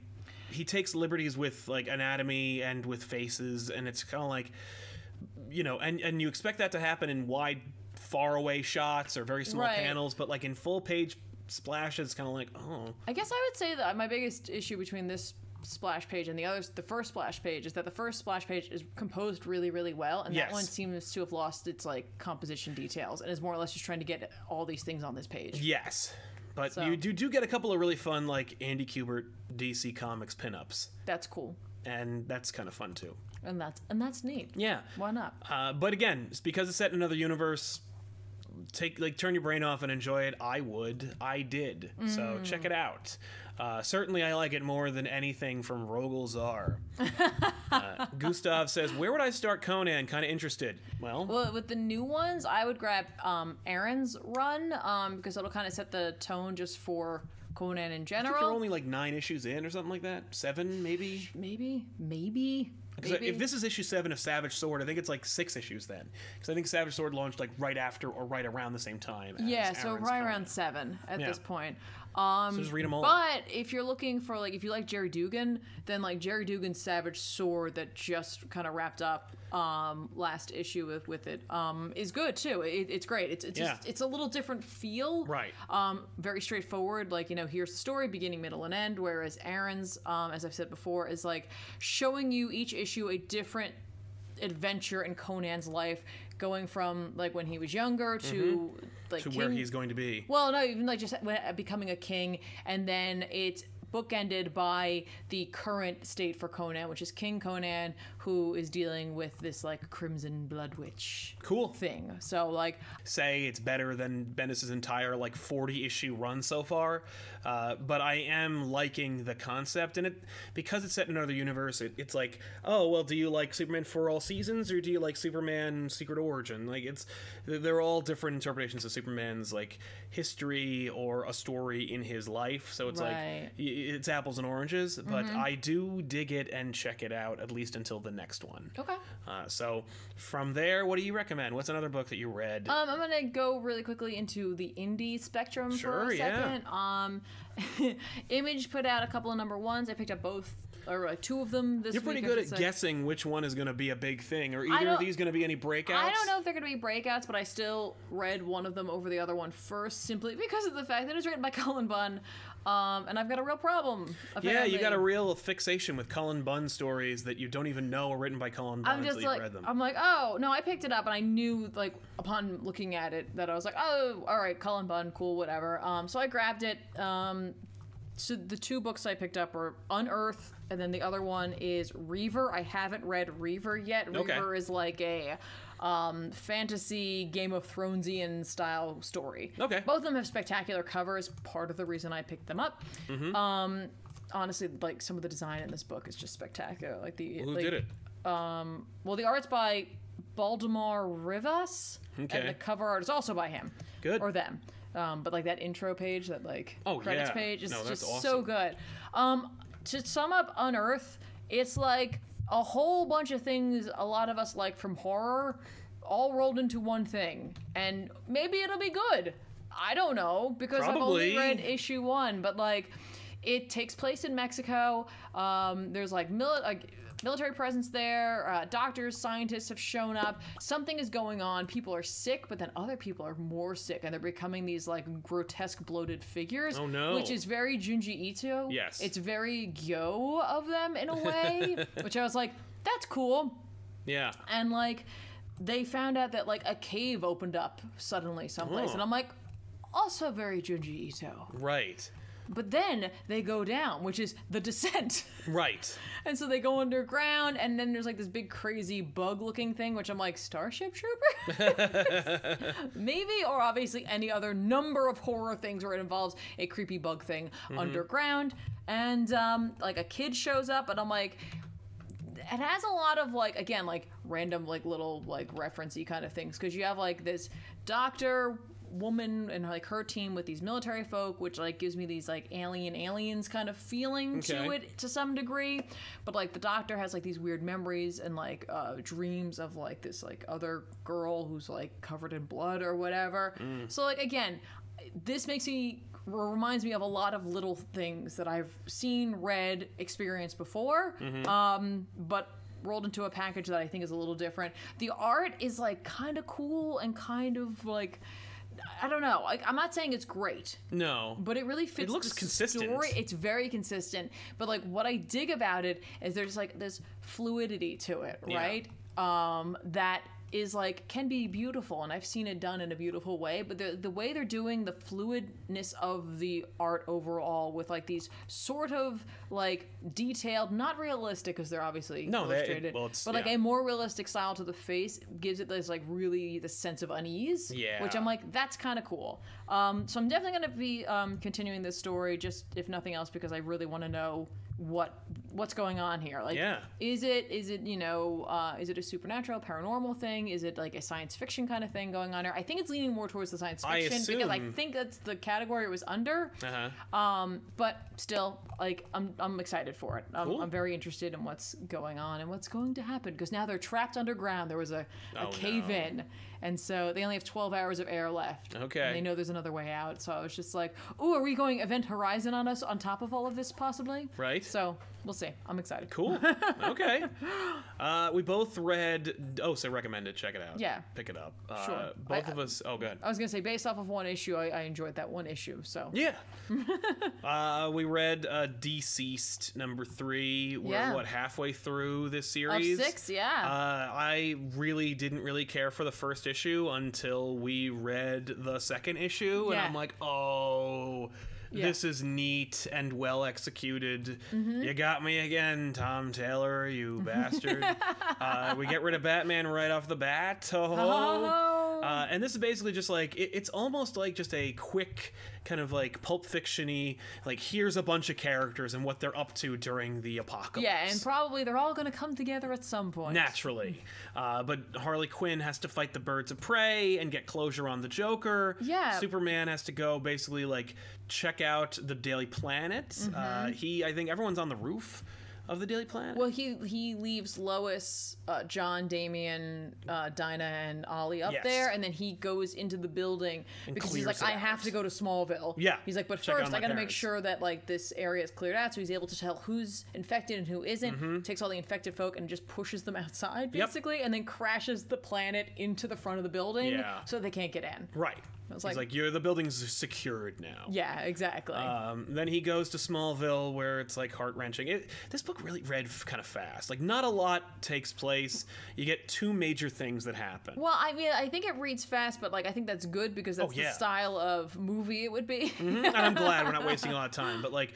Speaker 1: he takes liberties with like anatomy and with faces and it's kind of like you know, and and you expect that to happen in wide far away shots or very small
Speaker 5: Right.
Speaker 1: panels, but like in full page splashes kind of like, "Oh,
Speaker 5: I guess I would say that my biggest issue between this splash page and the others, the first splash page, is that the first splash page is composed really, really well, and
Speaker 1: Yes.
Speaker 5: that one seems to have lost its like composition details and is more or less just trying to get all these things on this page.
Speaker 1: yes." But
Speaker 5: So-
Speaker 1: you do do get a couple of really fun like Andy Kubert DC Comics pinups.
Speaker 5: That's cool,
Speaker 1: and that's kind of fun too.
Speaker 5: and that's and that's neat.
Speaker 1: Yeah.
Speaker 5: Why not?
Speaker 1: Uh, but again, it's because it's set in another universe. Take like turn your brain off and enjoy it. I would. I did. So
Speaker 5: Mm.
Speaker 1: check it out. Uh, certainly, I like it more than anything from Rogel Czar. uh, Gustav says, "Where would I start Conan?" Kind of interested. Well,
Speaker 5: Well, with the new ones, I would grab um, Aaron's run um, because it'll kind of set the tone just for Conan in
Speaker 1: I think you're
Speaker 5: general.
Speaker 1: only like nine issues in or something like that. Seven, maybe.
Speaker 5: maybe, maybe,
Speaker 1: 'Cause
Speaker 5: maybe.
Speaker 1: If this is issue seven of Savage Sword, I think it's like six issues then. Because I think Savage Sword launched like right after or right around the same time. as
Speaker 5: Yeah, so
Speaker 1: Aaron's
Speaker 5: right
Speaker 1: Conan.
Speaker 5: around seven at
Speaker 1: Yeah.
Speaker 5: this point. Um,
Speaker 1: just read 'em all.
Speaker 5: But if you're looking for like, if you like Jerry Dugan, then like Jerry Dugan's Savage Sword that just kind of wrapped up um, last issue with with it um, is good too. It, it's great. It's it's
Speaker 1: Yeah.
Speaker 5: just, it's a little different feel.
Speaker 1: Right.
Speaker 5: Um, very straightforward. Like you know, here's the story, beginning, middle, and end. Whereas Aaron's, um, as I've said before, is like showing you each issue a different adventure in Conan's life, going from like when he was younger to like
Speaker 1: Mm-hmm. to where
Speaker 5: king-
Speaker 1: he's going to be.
Speaker 5: Well, no, even like just when- uh, becoming a king, and then it's bookended by the current state for Conan, which is King Conan, who is dealing with this like crimson blood witch
Speaker 1: Cool.
Speaker 5: thing. So like
Speaker 1: say it's better than Bendis's entire like 40 issue run so far, uh, but I am liking the concept and it because it's set in another universe. It, it's like, oh well, do you like Superman for all seasons or do you like Superman Secret Origin? Like it's they're all different interpretations of Superman's like history or a story in his life. So it's
Speaker 5: Right. Mm-hmm.
Speaker 1: like y- it's apples and oranges, but I do dig it and check it out at least until the next one.
Speaker 5: okay.
Speaker 1: Uh, so from there, what do you recommend? What's another book that you read?
Speaker 5: Um, I'm gonna go really quickly into the indie spectrum for
Speaker 1: Sure,
Speaker 5: a
Speaker 1: yeah.
Speaker 5: second. Um, Image put out a couple of number ones. I picked up both or uh, two of them this
Speaker 1: You're
Speaker 5: week.
Speaker 1: pretty
Speaker 5: I
Speaker 1: good
Speaker 5: should
Speaker 1: at
Speaker 5: say.
Speaker 1: guessing which one is going to be a big thing. Are
Speaker 5: I
Speaker 1: either of
Speaker 5: don't-
Speaker 1: these going to be any breakouts?
Speaker 5: I don't know if they're going to be breakouts, but I still read one of them over the other one first, simply because of the fact that it's written by Cullen Bunn, um, and I've got a real problem.
Speaker 1: Yeah,
Speaker 5: Apparently.
Speaker 1: you got a real fixation with Cullen Bunn stories that you don't even know are written by Cullen Bunn
Speaker 5: I'm
Speaker 1: until
Speaker 5: just
Speaker 1: you've
Speaker 5: like,
Speaker 1: read them.
Speaker 5: I'm like, oh no, I picked it up and I knew like upon looking at it that I was like, oh, all right, Cullen Bunn, cool, whatever. Um, so I grabbed it. Um, so the two books I picked up are Unearth, and then the other one is Reaver. I haven't read Reaver yet.
Speaker 1: Okay.
Speaker 5: Reaver is like a um, fantasy Game of Thronesian style story.
Speaker 1: Okay.
Speaker 5: Both of them have spectacular covers. Part of the reason I picked them up.
Speaker 1: Mm-hmm.
Speaker 5: Um, honestly, like some of the design in this book is just spectacular. Like the
Speaker 1: Who
Speaker 5: like,
Speaker 1: did it?
Speaker 5: well, the art's by Baldemar Rivas,
Speaker 1: Okay.
Speaker 5: and the cover art is also by him.
Speaker 1: Good.
Speaker 5: Or them. Um, but like that intro page, that like
Speaker 1: Oh,
Speaker 5: credits
Speaker 1: yeah.
Speaker 5: page is
Speaker 1: No, that's
Speaker 5: just so
Speaker 1: awesome.
Speaker 5: good. Um, to sum up Unearth, it's like a whole bunch of things a lot of us like from horror all rolled into one thing. And maybe it'll be good. I don't know because I've only
Speaker 1: Probably.
Speaker 5: read issue one, but like it takes place in Mexico. Um, there's like, mili- like military presence there. Uh, doctors, scientists have shown up. Something is going on. People are sick, but then other people are more sick, and they're becoming these like grotesque, bloated figures.
Speaker 1: Oh, no.
Speaker 5: Which is very Junji Ito.
Speaker 1: Yes.
Speaker 5: It's very Gyo of them in a way, which I was like, that's cool
Speaker 1: Yeah.
Speaker 5: and like they found out that like a cave opened up suddenly someplace
Speaker 1: Oh.
Speaker 5: and i'm like also very junji ito
Speaker 1: Right.
Speaker 5: but then they go down which is the descent
Speaker 1: Right.
Speaker 5: and so they go underground and then there's like this big crazy bug looking thing which i'm like starship trooper maybe or obviously any other number of horror things where it involves a creepy bug thing underground and um, like a kid shows up and i'm like it has a lot of like again like random like little like referencey kind of things because you have like this doctor woman and like her team with these military folk which like gives me these like alien aliens kind of feeling to
Speaker 1: Okay.
Speaker 5: it to some degree but like the doctor has like these weird memories and like uh dreams of like this like other girl who's like covered in blood or whatever so like again this makes me reminds me of a lot of little things that I've seen, read, experienced before, um, but rolled into a package that I think is a little different. The art is like kind of cool and kind of like I don't know. Like I'm not saying it's great,
Speaker 1: No.
Speaker 5: but it really fits.
Speaker 1: looks
Speaker 5: the
Speaker 1: consistent.
Speaker 5: Story. It's very consistent. But like what I dig about it is there's like this fluidity to it,
Speaker 1: Yeah.
Speaker 5: right? Um, that is like can be beautiful, and I've seen it done in a beautiful way. But the the way they're doing the fluidness of the art overall with like these sort of like detailed, not realistic because they're obviously
Speaker 1: No, they- it-
Speaker 5: illustrated,
Speaker 1: well, it's-
Speaker 5: but like
Speaker 1: yeah.
Speaker 5: a more realistic style to the face gives it this like really the sense of unease,
Speaker 1: Yeah.
Speaker 5: which I'm like like that's kind of cool. Um, so I'm definitely going to be um, continuing this story, just if nothing else, because I really want to know what what's going on here. Like,
Speaker 1: Yeah.
Speaker 5: is it is it you know uh, is it a supernatural paranormal thing? Is it like a science fiction kind of thing going on here? I think it's leaning more towards the science
Speaker 1: I
Speaker 5: fiction because I
Speaker 1: assume-
Speaker 5: think that's the category it was under.
Speaker 1: uh-huh.
Speaker 5: Um, but still, like I'm, I'm excited for it. I'm,
Speaker 1: Cool.
Speaker 5: I'm very interested in what's going on and what's going to happen because now they're trapped underground. There was a, a
Speaker 1: Oh,
Speaker 5: cave
Speaker 1: no.
Speaker 5: in, and so they only have 12 hours of air left.
Speaker 1: Okay.
Speaker 5: And they know there's another way out. So I was just like, "Ooh, are we going Event Horizon on us on top of all of this possibly?"
Speaker 1: Right.
Speaker 5: So we'll see. I'm excited.
Speaker 1: Cool. Okay. uh, we both read. Oh, so recommend it. Check it out.
Speaker 5: Yeah.
Speaker 1: Pick it up. Uh,
Speaker 5: Sure.
Speaker 1: Both
Speaker 5: I-
Speaker 1: of us. Oh, good.
Speaker 5: I was gonna say, based off of one issue, I, I enjoyed that one issue. So
Speaker 1: Yeah. uh, we read uh, Deceased number three. We're,
Speaker 5: Yeah.
Speaker 1: what, halfway through this series?
Speaker 5: six, yeah.
Speaker 1: Uh, I really didn't really care for the first issue until we read the second issue, and
Speaker 5: Yeah.
Speaker 1: I'm like, oh. This is neat and well executed.
Speaker 5: Mm-hmm.
Speaker 1: You got me again, Tom Taylor, you bastard. uh, we get rid of Batman right off the bat.
Speaker 5: Oh.
Speaker 1: Uh, and this is basically just like it, it's almost like just a quick kind of like pulp fictiony. Like here's a bunch of characters and what they're up to during the apocalypse.
Speaker 5: Yeah, and probably they're all going to come together at some point.
Speaker 1: Naturally.
Speaker 5: Mm-hmm.
Speaker 1: Uh, but Harley Quinn has to fight the birds of prey and get closure on the Joker.
Speaker 5: Yeah.
Speaker 1: Superman has to go basically like check out the Daily Planet. Uh, he, I think everyone's on the roof of the Daily Planet.
Speaker 5: Mm-hmm. Well, he he leaves Lois, uh, John, Damien, uh, Dinah, and Ollie up
Speaker 1: Yes.
Speaker 5: there, and then he goes into the building because he's
Speaker 1: clears
Speaker 5: like,
Speaker 1: it
Speaker 5: I
Speaker 1: out.
Speaker 5: have to go to Smallville.
Speaker 1: Yeah,
Speaker 5: He's like, but
Speaker 1: check on
Speaker 5: first
Speaker 1: my
Speaker 5: I got to make
Speaker 1: parents."
Speaker 5: sure that like this area is cleared out, so he's able to tell who's infected and who isn't, Takes all the infected folk and just pushes them outside
Speaker 1: Mm-hmm. Yep.
Speaker 5: basically, and then crashes the planet into the front of the building
Speaker 1: Yeah.
Speaker 5: so they can't get in.
Speaker 1: right. He's
Speaker 5: was like-
Speaker 1: like, you're the building's secured now.
Speaker 5: Yeah, exactly.
Speaker 1: Um, then he goes to Smallville, where it's like heart wrenching. It, this book really read f- kind of fast. Like, not a lot takes place. You get two major things that happen.
Speaker 5: Well, I mean, I think it reads fast, but like I think that's good because that's
Speaker 1: Oh, yeah. Mm-hmm.
Speaker 5: the style of movie it would be.
Speaker 1: and I'm glad we're not wasting a lot of time. But like,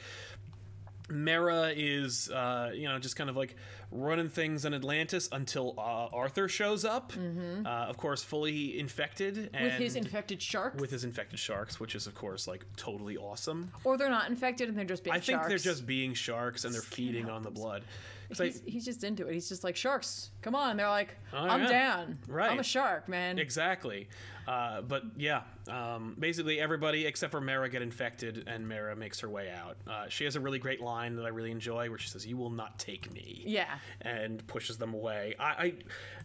Speaker 1: Mera is, uh, you know, just kind of like running things in Atlantis until uh, Arthur shows up. Mm-hmm. Uh, of course, fully infected and
Speaker 5: With his infected shark,
Speaker 1: with his infected sharks, which is of course like totally awesome.
Speaker 5: or they're not infected and they're just being
Speaker 1: I think they're
Speaker 5: sharks.
Speaker 1: just being sharks and they're
Speaker 5: Just can't
Speaker 1: feeding
Speaker 5: help
Speaker 1: on the blood. 'Cause I-
Speaker 5: He's, he's just into it. He's just like sharks. Come on. They're like,
Speaker 1: Oh,
Speaker 5: I'm
Speaker 1: yeah.
Speaker 5: down.
Speaker 1: Right.
Speaker 5: I'm a shark, man.
Speaker 1: Exactly. Uh, but yeah, um, basically everybody except for Mara get infected, and Mara makes her way out. Uh, she has a really great line that I really enjoy, where she says, "You will not take me."
Speaker 5: Yeah.
Speaker 1: And pushes them away. I, I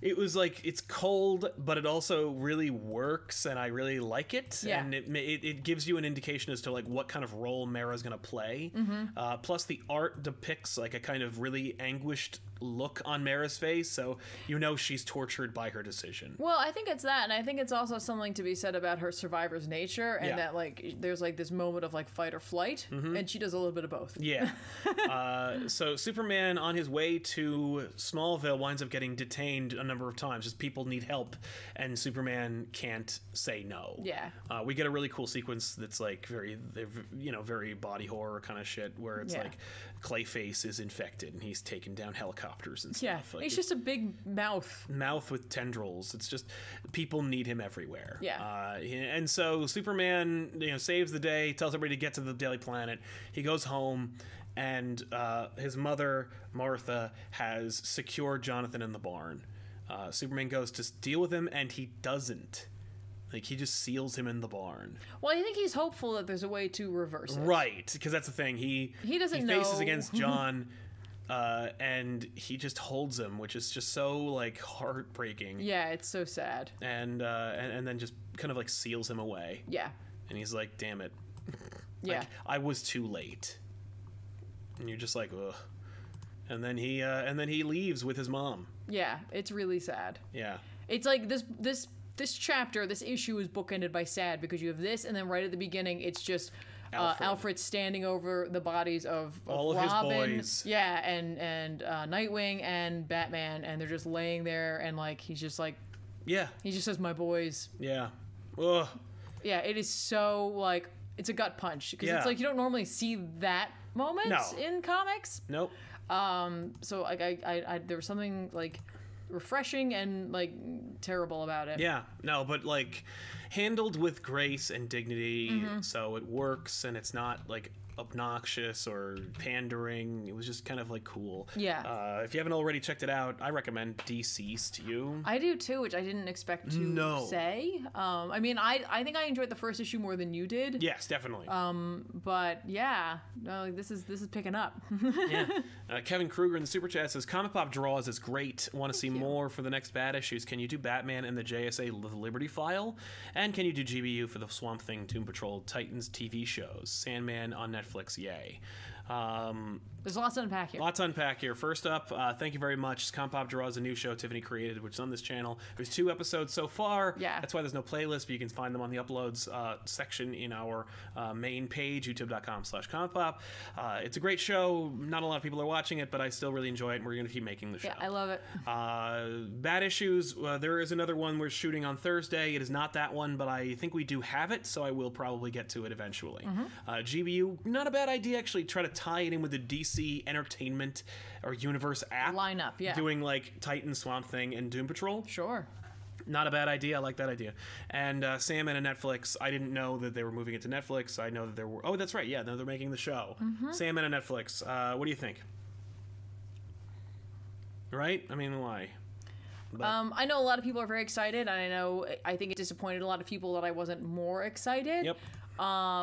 Speaker 1: it was like it's cold, but it also really works, and I really like it.
Speaker 5: Yeah.
Speaker 1: And it, ma- it it gives you an indication as to like what kind of role Mara's gonna play.
Speaker 5: Mm-hmm.
Speaker 1: Uh, plus, the art depicts like a kind of really anguished look on Mara's face, so you know she's tortured by her decision.
Speaker 5: well, I think it's that, and I think it's also something to be said about her survivor's nature, and
Speaker 1: Yeah. Mm-hmm.
Speaker 5: that like there's like this moment of like fight or flight, and she does a little bit of both.
Speaker 1: Yeah. uh, so Superman, on his way to Smallville, winds up getting detained a number of times as people need help, and Superman can't say no.
Speaker 5: Yeah.
Speaker 1: Uh, we get a really cool sequence that's like very, they're v- you know, very body horror kind of shit, where it's
Speaker 5: Yeah.
Speaker 1: like Clayface is infected and he's taking down helicopters and
Speaker 5: Yeah,
Speaker 1: stuff. Like,
Speaker 5: he's just a big mouth.
Speaker 1: mouth with tendrils. It's just people need him everywhere.
Speaker 5: Yeah.
Speaker 1: Uh, and so Superman, you know, saves the day, tells everybody to get to the Daily Planet. He goes home, and uh, his mother Martha has secured Jonathan in the barn. Uh, Superman goes to s- deal with him, and he doesn't. Like he just seals him in the barn.
Speaker 5: Well, I think he's hopeful that there's a way to reverse it.
Speaker 1: Right, because that's the thing. He
Speaker 5: He doesn't
Speaker 1: he faces
Speaker 5: know.
Speaker 1: against John, uh, and he just holds him, which is just so like heartbreaking
Speaker 5: Yeah, it's so sad.
Speaker 1: and uh, and, and then just kind of like seals him away.
Speaker 5: Yeah,
Speaker 1: And he's like, "Damn it,
Speaker 5: yeah.
Speaker 1: I was too late." And you're just like, "Ugh." And then he uh, and then he leaves with his mom.
Speaker 5: Yeah, it's really sad.
Speaker 1: Yeah,
Speaker 5: It's like this this this chapter, this issue is bookended by sad because you have this, and then right at the beginning, it's just Alfred, uh,
Speaker 1: Alfred.
Speaker 5: Alfred standing over the bodies of, of
Speaker 1: All of his
Speaker 5: Robin,
Speaker 1: boys.
Speaker 5: yeah, and and uh, Nightwing and Batman, and they're just laying there, and like he's just like
Speaker 1: yeah,
Speaker 5: he just says, "My boys."
Speaker 1: yeah. Ugh.
Speaker 5: Yeah, it is so like it's a gut punch because
Speaker 1: Yeah.
Speaker 5: it's like you don't normally see that moment
Speaker 1: No.
Speaker 5: in comics.
Speaker 1: Nope.
Speaker 5: Um, so like I, I, I there was something like refreshing and like terrible about it.
Speaker 1: Yeah. No, but like handled with grace and dignity,
Speaker 5: Mm-hmm.
Speaker 1: so it works and it's not like obnoxious or pandering. It was just kind of like cool.
Speaker 5: Yeah.
Speaker 1: Uh, if you haven't already checked it out, I recommend Deceased You.
Speaker 5: I do too, which I didn't expect to
Speaker 1: No.
Speaker 5: say. Um, I mean, I I think I enjoyed the first issue more than you did.
Speaker 1: yes, definitely.
Speaker 5: But yeah, no, like, this is this is picking up.
Speaker 1: yeah. Uh, Kevin Kruger in the super chat says Comic Pop Draws is great. Want to see more for the next bad issues? Can you do Batman and the JSA Li- Liberty File? And can you do GBU for the Swamp Thing, Doom Patrol, Titans TV shows? Sandman on Netflix, yay. Um,
Speaker 5: There's lots to unpack here.
Speaker 1: Lots to unpack here. First up, uh, thank you very much. Scum Pop Draw is a new show Tiffany created, which is on this channel. There's two episodes so far.
Speaker 5: Yeah.
Speaker 1: That's why there's no playlist, but you can find them on the uploads uh, section in our uh, main page, youtube.com slash compop. Uh, it's a great show. Not a lot of people are watching it, but I still really enjoy it, and we're going to keep making the show.
Speaker 5: yeah, I love it.
Speaker 1: Uh, bad issues. Uh, there is another one we're shooting on Thursday. It is not that one, but I think we do have it, so I will probably get to it eventually.
Speaker 5: Mm-hmm.
Speaker 1: Uh, GBU, not a bad idea actually. Try to tie it in with the DC Entertainment or Universe app
Speaker 5: Lineup, yeah.
Speaker 1: doing like Titan Swamp Thing and Doom Patrol.
Speaker 5: Sure.
Speaker 1: Not a bad idea. I like that idea. And uh, Sam and Netflix. I didn't know that they were moving it to Netflix. I know that there were. Oh, that's right. Yeah, no, they're making the show.
Speaker 5: Mm-hmm.
Speaker 1: Sam and Netflix. Uh, what do you think? Right? I mean, why?
Speaker 5: Um, I know a lot of people are very excited, and I know I think it disappointed a lot of people that I wasn't more excited.
Speaker 1: Yep.
Speaker 5: I,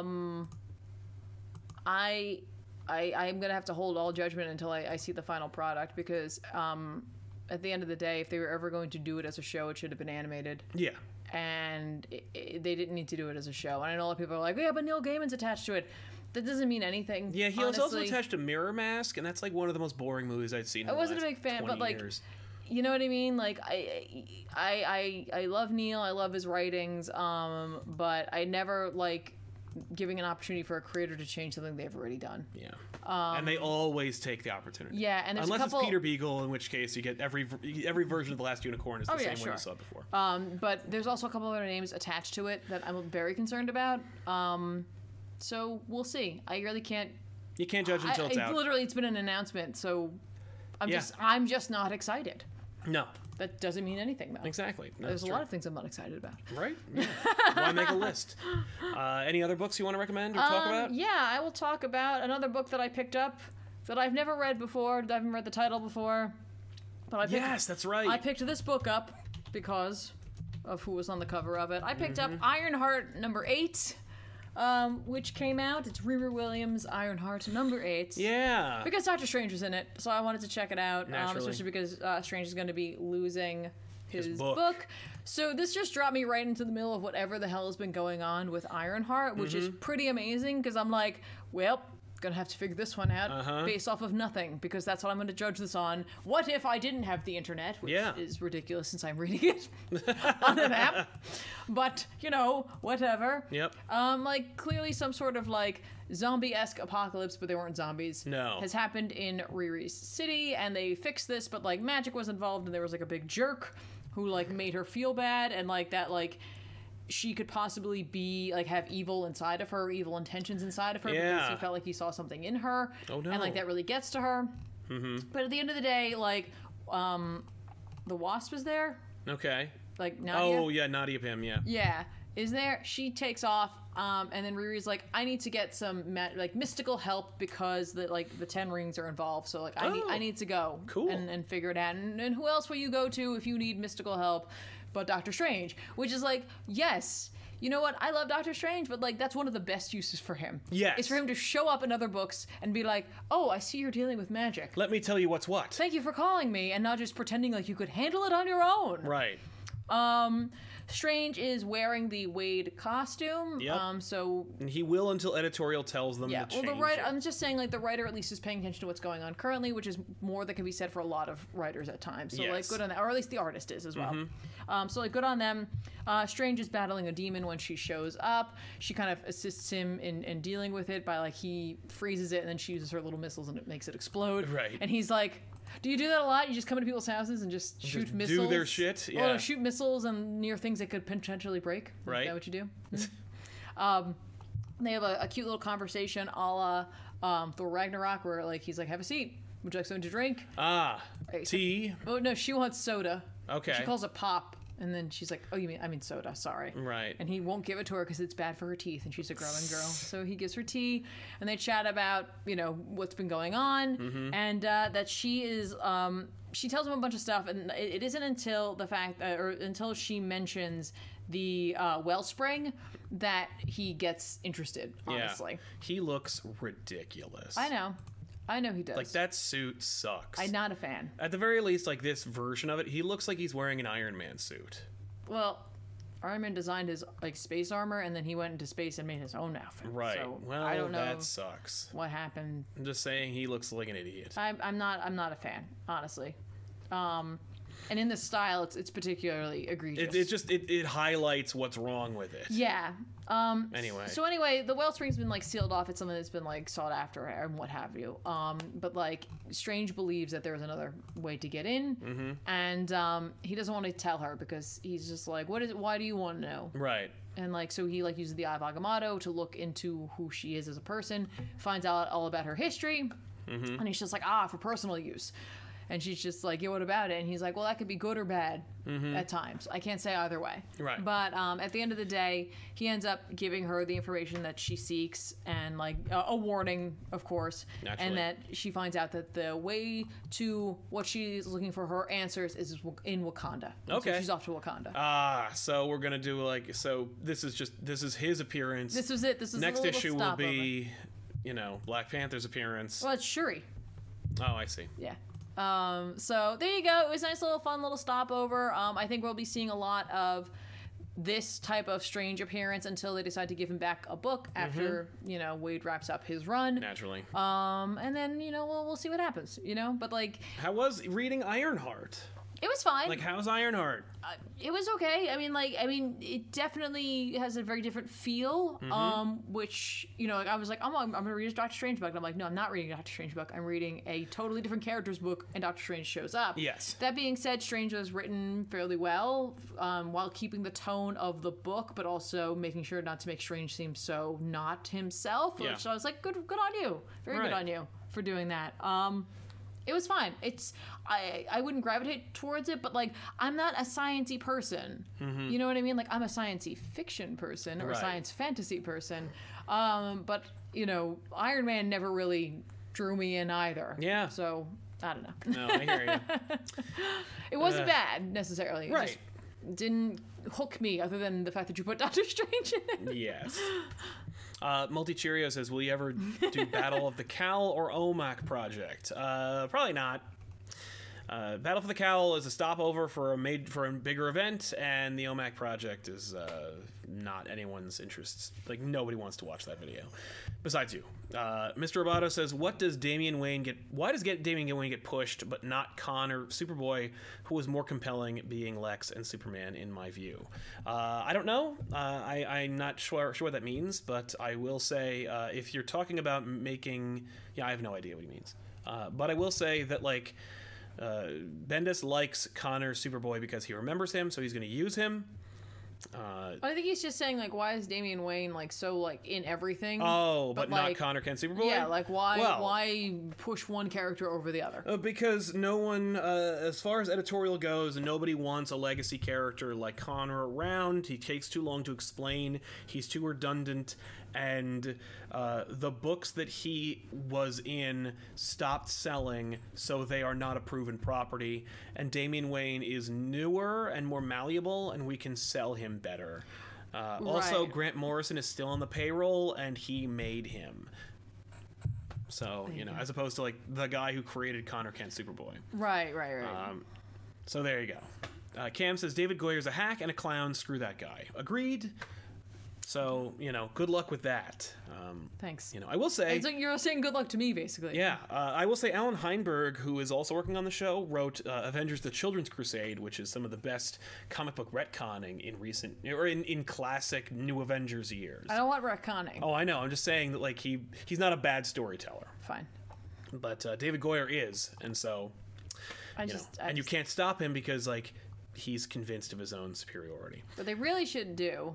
Speaker 5: I, I'm gonna have to hold all judgment until I, I see the final product because, um, at the end of the day, if they were ever going to do it as a show, it should have been animated,
Speaker 1: Yeah.
Speaker 5: and i i they didn't need to do it as a show. And I know a lot of people are like, yeah, but Neil Gaiman's attached to it. That doesn't mean anything.
Speaker 1: Yeah, he was also
Speaker 5: honestly.
Speaker 1: attached to Mirror Mask, and that's like one of the most boring movies I've seen. in
Speaker 5: I
Speaker 1: the
Speaker 5: wasn't a
Speaker 1: last
Speaker 5: big fan, but
Speaker 1: 20
Speaker 5: like,
Speaker 1: years.
Speaker 5: you know what I mean? Like, I, I, I, I love Neil. I love his writings. Um, but I never like giving an opportunity for a creator to change something they've already done.
Speaker 1: yeah, and they always take the opportunity.
Speaker 5: um, Yeah, and there's a
Speaker 1: unless
Speaker 5: couple-
Speaker 1: it's Peter Beagle, in which case you get every ver- every version of the Last Unicorn is the
Speaker 5: Oh,
Speaker 1: same
Speaker 5: yeah,
Speaker 1: one
Speaker 5: sure.
Speaker 1: you saw before.
Speaker 5: Um, but there's also a couple other names attached to it that I'm very concerned about. Um, so we'll see. I really can't.
Speaker 1: you can't judge
Speaker 5: I,
Speaker 1: until it's
Speaker 5: I-
Speaker 1: out.
Speaker 5: literally, it's been an announcement, so I'm
Speaker 1: Yeah.
Speaker 5: just I'm just not excited.
Speaker 1: No,
Speaker 5: That doesn't mean anything though.
Speaker 1: exactly. No,
Speaker 5: There's a
Speaker 1: it's
Speaker 5: lot
Speaker 1: true.
Speaker 5: of things I'm not excited about.
Speaker 1: Right? Yeah. Why make a list? Uh, any other books you want to recommend or talk
Speaker 5: Um,
Speaker 1: about?
Speaker 5: Yeah, I will talk about another book that I picked up that I've never read before. that I haven't read the title before, but I picked,
Speaker 1: Yes, that's right.
Speaker 5: I picked this book up because of who was on the cover of it. I picked up
Speaker 1: Mm-hmm.
Speaker 5: Ironheart number eight, um, which came out. It's Riri Williams Ironheart number eight.
Speaker 1: yeah.
Speaker 5: Because Doctor Strange was in it, so I wanted to check it out, um,
Speaker 1: Naturally.
Speaker 5: especially because uh, Strange is going to be losing his,
Speaker 1: book.
Speaker 5: book. So this just dropped me right into the middle of whatever the hell has been going on with Ironheart, which
Speaker 1: Mm-hmm.
Speaker 5: is pretty amazing because I'm like, well, gonna have to figure this one out
Speaker 1: Uh-huh.
Speaker 5: based off of nothing because that's what I'm gonna judge this on. What if I didn't have the internet, which
Speaker 1: Yeah.
Speaker 5: is ridiculous since I'm reading it on an app. But you know, whatever.
Speaker 1: Yep.
Speaker 5: Um, like clearly some sort of like zombie-esque apocalypse, but they weren't zombies.
Speaker 1: No.
Speaker 5: Has happened in Riri's city, and they fixed this, but like magic was involved, and there was like a big jerk who like made her feel bad, and like that like she could possibly be like have evil inside of her, evil intentions inside of her, because
Speaker 1: Yeah.
Speaker 5: he felt like he saw something in her.
Speaker 1: Oh, no.
Speaker 5: And like that really gets to her. Mm-hmm. But at the end of the day, like, um, the wasp is there.
Speaker 1: Okay.
Speaker 5: Like Nadia.
Speaker 1: Oh yeah, Nadia Pym. Yeah.
Speaker 5: Yeah, is there? She takes off, um, and then Riri's like, "I need to get some ma- like mystical help because the like the ten rings are involved. So like, I need
Speaker 1: Oh,
Speaker 5: I need to go
Speaker 1: cool.
Speaker 5: and, and figure it out. And, and who else will you go to if you need mystical help? But Doctor Strange, which is like, yes." You know what? I love Doctor Strange, but like that's one of the best uses for him.
Speaker 1: Yes.
Speaker 5: It's for him to show up in other books and be like, "Oh, I see you're dealing with magic.
Speaker 1: Let me tell you what's what.
Speaker 5: Thank you for calling me," and not just pretending like you could handle it on your own.
Speaker 1: Right.
Speaker 5: Um, Strange is wearing the Wade costume.
Speaker 1: Yep.
Speaker 5: Um, so
Speaker 1: And he will until editorial tells them
Speaker 5: yeah.
Speaker 1: to
Speaker 5: Well,
Speaker 1: change
Speaker 5: the writer.
Speaker 1: it.
Speaker 5: I'm just saying, like the writer at least is paying attention to what's going on currently, which is more that can be said for a lot of writers at times. So like,
Speaker 1: Yes. Mm-hmm.
Speaker 5: good on that, or at least the artist is as well. Um, so like, good on them. Uh, Strange is battling a demon when she shows up. She kind of assists him in, in dealing with it by like he freezes it and then she uses her little missiles and it makes it explode.
Speaker 1: Right.
Speaker 5: And he's like. Do you do that a lot? You just come into people's houses and just shoot
Speaker 1: do
Speaker 5: missiles.
Speaker 1: their shit?
Speaker 5: Well, no,
Speaker 1: Yeah.
Speaker 5: shoot missiles and near things that could potentially break.
Speaker 1: Right.
Speaker 5: Is that what you do? Mm. um, they have a, a cute little conversation a la um, Thor Ragnarok where like he's like, have a seat. Would you like something to drink?
Speaker 1: Ah,
Speaker 5: Right, so-
Speaker 1: tea.
Speaker 5: Oh no, she wants soda.
Speaker 1: Okay.
Speaker 5: She calls it pop, and then she's like, "Oh, you mean I mean soda? Sorry."
Speaker 1: Right.
Speaker 5: And he won't give it to her because it's bad for her teeth, and she's a growing girl. So he gives her tea, and they chat about you know what's been going on,
Speaker 1: Mm-hmm.
Speaker 5: and uh, that she is. Um, she tells him a bunch of stuff, and it, it isn't until the fact, uh, or until she mentions the uh, wellspring, that he gets interested. Honestly,
Speaker 1: Yeah. He looks ridiculous.
Speaker 5: I know, I know he does.
Speaker 1: Like that suit sucks.
Speaker 5: I'm not a fan.
Speaker 1: At the very least, like this version of it, he looks like he's wearing an Iron Man suit.
Speaker 5: Well, Iron Man designed his like space armor, and then he went into space and made his own outfit.
Speaker 1: Right.
Speaker 5: So
Speaker 1: well,
Speaker 5: I don't know
Speaker 1: that sucks.
Speaker 5: what happened.
Speaker 1: I'm just saying he looks like an idiot.
Speaker 5: I'm, I'm not. I'm not a fan, honestly. Um, and in this style, it's it's particularly egregious.
Speaker 1: It, it just it, it highlights what's wrong with it.
Speaker 5: Yeah. Um,
Speaker 1: Anyway.
Speaker 5: So anyway, the wellspring's been like sealed off. It's something that's been like sought after and what have you. Um, but like Strange believes that there's another way to get in,
Speaker 1: Mm-hmm.
Speaker 5: and um, he doesn't want to tell her because he's just like, what is? Why do you want to know?
Speaker 1: Right.
Speaker 5: And like, so he like uses the Eye of Agamotto to look into who she is as a person, finds out all about her history,
Speaker 1: Mm-hmm.
Speaker 5: and he's just like, ah, for personal use. And she's just like, yeah, what about it? And he's like, well, that could be good or bad at times. I can't say either way.
Speaker 1: Mm-hmm. Right.
Speaker 5: But um, at the end of the day, he ends up giving her the information that she seeks and like a, a warning, of course,
Speaker 1: Naturally.
Speaker 5: and that she finds out that the way to what she's looking for her answers is in Wakanda. And so
Speaker 1: Okay.
Speaker 5: she's off to Wakanda.
Speaker 1: Ah, so we're gonna do like so. This is just this is his appearance.
Speaker 5: this was it. This was the
Speaker 1: Next
Speaker 5: little
Speaker 1: issue will
Speaker 5: stopover.
Speaker 1: be, you know, Black Panther's appearance.
Speaker 5: Well, it's Shuri.
Speaker 1: Oh, I see.
Speaker 5: Yeah. Um, so there you go. It was a nice little fun little stopover. Um, I think we'll be seeing a lot of this type of strange appearance until they decide to give him back a book after you know Wade wraps up his run.
Speaker 1: Naturally.
Speaker 5: Um, and then you know we'll, we'll see what happens. You know, but like
Speaker 1: how was reading Ironheart?
Speaker 5: it was fine.
Speaker 1: Like, how's Ironheart?
Speaker 5: Uh, it was okay. I mean, like I mean, it definitely has a very different feel.
Speaker 1: Mm-hmm.
Speaker 5: Um, which you know, like, I was like, I'm, I'm gonna read a Doctor Strange book, and I'm like, no, I'm not reading a Doctor Strange book. I'm reading a totally different character's book, and Doctor Strange shows up.
Speaker 1: Yes.
Speaker 5: That being said, Strange was written fairly well, um, while keeping the tone of the book, but also making sure not to make Strange seem so not himself.
Speaker 1: Yeah.
Speaker 5: Which I was like, good, good on you, very
Speaker 1: Right.
Speaker 5: good on you for doing that. Um, it was fine. It's I I wouldn't gravitate towards it, but like I'm not a sciency person. You know what I mean? Like I'm a sciency fiction person or
Speaker 1: Right.
Speaker 5: a science fantasy person. Um, but you know, Iron Man never really drew me in either.
Speaker 1: Yeah.
Speaker 5: So I don't
Speaker 1: No,
Speaker 5: know.
Speaker 1: I hear you.
Speaker 5: It wasn't
Speaker 1: Uh,
Speaker 5: bad necessarily. It
Speaker 1: right.
Speaker 5: just didn't hook me other than the fact that you put Doctor Strange in it.
Speaker 1: Yes. Uh, Multi Cheerio says, "Will you ever do Battle of the Cowl or OMAC project? Uh, probably not. Uh, Battle for the Cowl is a stopover for a made for a bigger event, and the OMAC project is uh, not anyone's interest. Like nobody wants to watch that video, besides you." Uh, Mr. Roboto says, "What does Damian Wayne get? Why does get Damian Wayne get pushed, but not Con or Superboy, who was more compelling, being Lex and Superman in my view? Uh, I don't know. Uh, I, I'm not sure sure what that means, but I will say uh, if you're talking about making, yeah, I have no idea what he means. Uh, but I will say that like." Uh, Bendis likes Connor Superboy because he remembers him, so he's going to use him. Uh,
Speaker 5: I think he's just saying like, why is Damian Wayne like so like in everything?
Speaker 1: oh, but,
Speaker 5: But,
Speaker 1: not
Speaker 5: like-
Speaker 1: Connor can Superboy.
Speaker 5: yeah, like why
Speaker 1: Well-
Speaker 5: why push one character over the other?
Speaker 1: Uh, because no one, uh, as far as editorial goes, nobody wants a legacy character like Connor around. He takes too long to explain. He's too redundant, and uh, the books that he was in stopped selling, so they are not a proven property. And Damian Wayne is newer and more malleable, and we can sell him better. Uh, Also,
Speaker 5: Right.
Speaker 1: Grant Morrison is still on the payroll, and he made him. So you know, as opposed to like the guy who created Connor Kent Superboy.
Speaker 5: Right, right, right.
Speaker 1: Um, so there you go. Uh, Cam says David Goyer's a hack and a clown. Screw that guy. Agreed. So you know, good luck with that. Um,
Speaker 5: Thanks.
Speaker 1: you know, I will say.
Speaker 5: it's like you're saying good luck to me, basically.
Speaker 1: Yeah, uh, I will say Alan Heinberg, who is also working on the show, wrote uh, Avengers: The Children's Crusade, which is some of the best comic book retconning in recent or in, in classic New Avengers years.
Speaker 5: I don't want retconning.
Speaker 1: Oh, I know. I'm just saying that like he he's not a bad storyteller,
Speaker 5: Fine.
Speaker 1: but uh, David Goyer is, and so
Speaker 5: I
Speaker 1: you know,
Speaker 5: just, I
Speaker 1: and you
Speaker 5: just-
Speaker 1: can't stop him because like he's convinced of his own superiority.
Speaker 5: What they really should do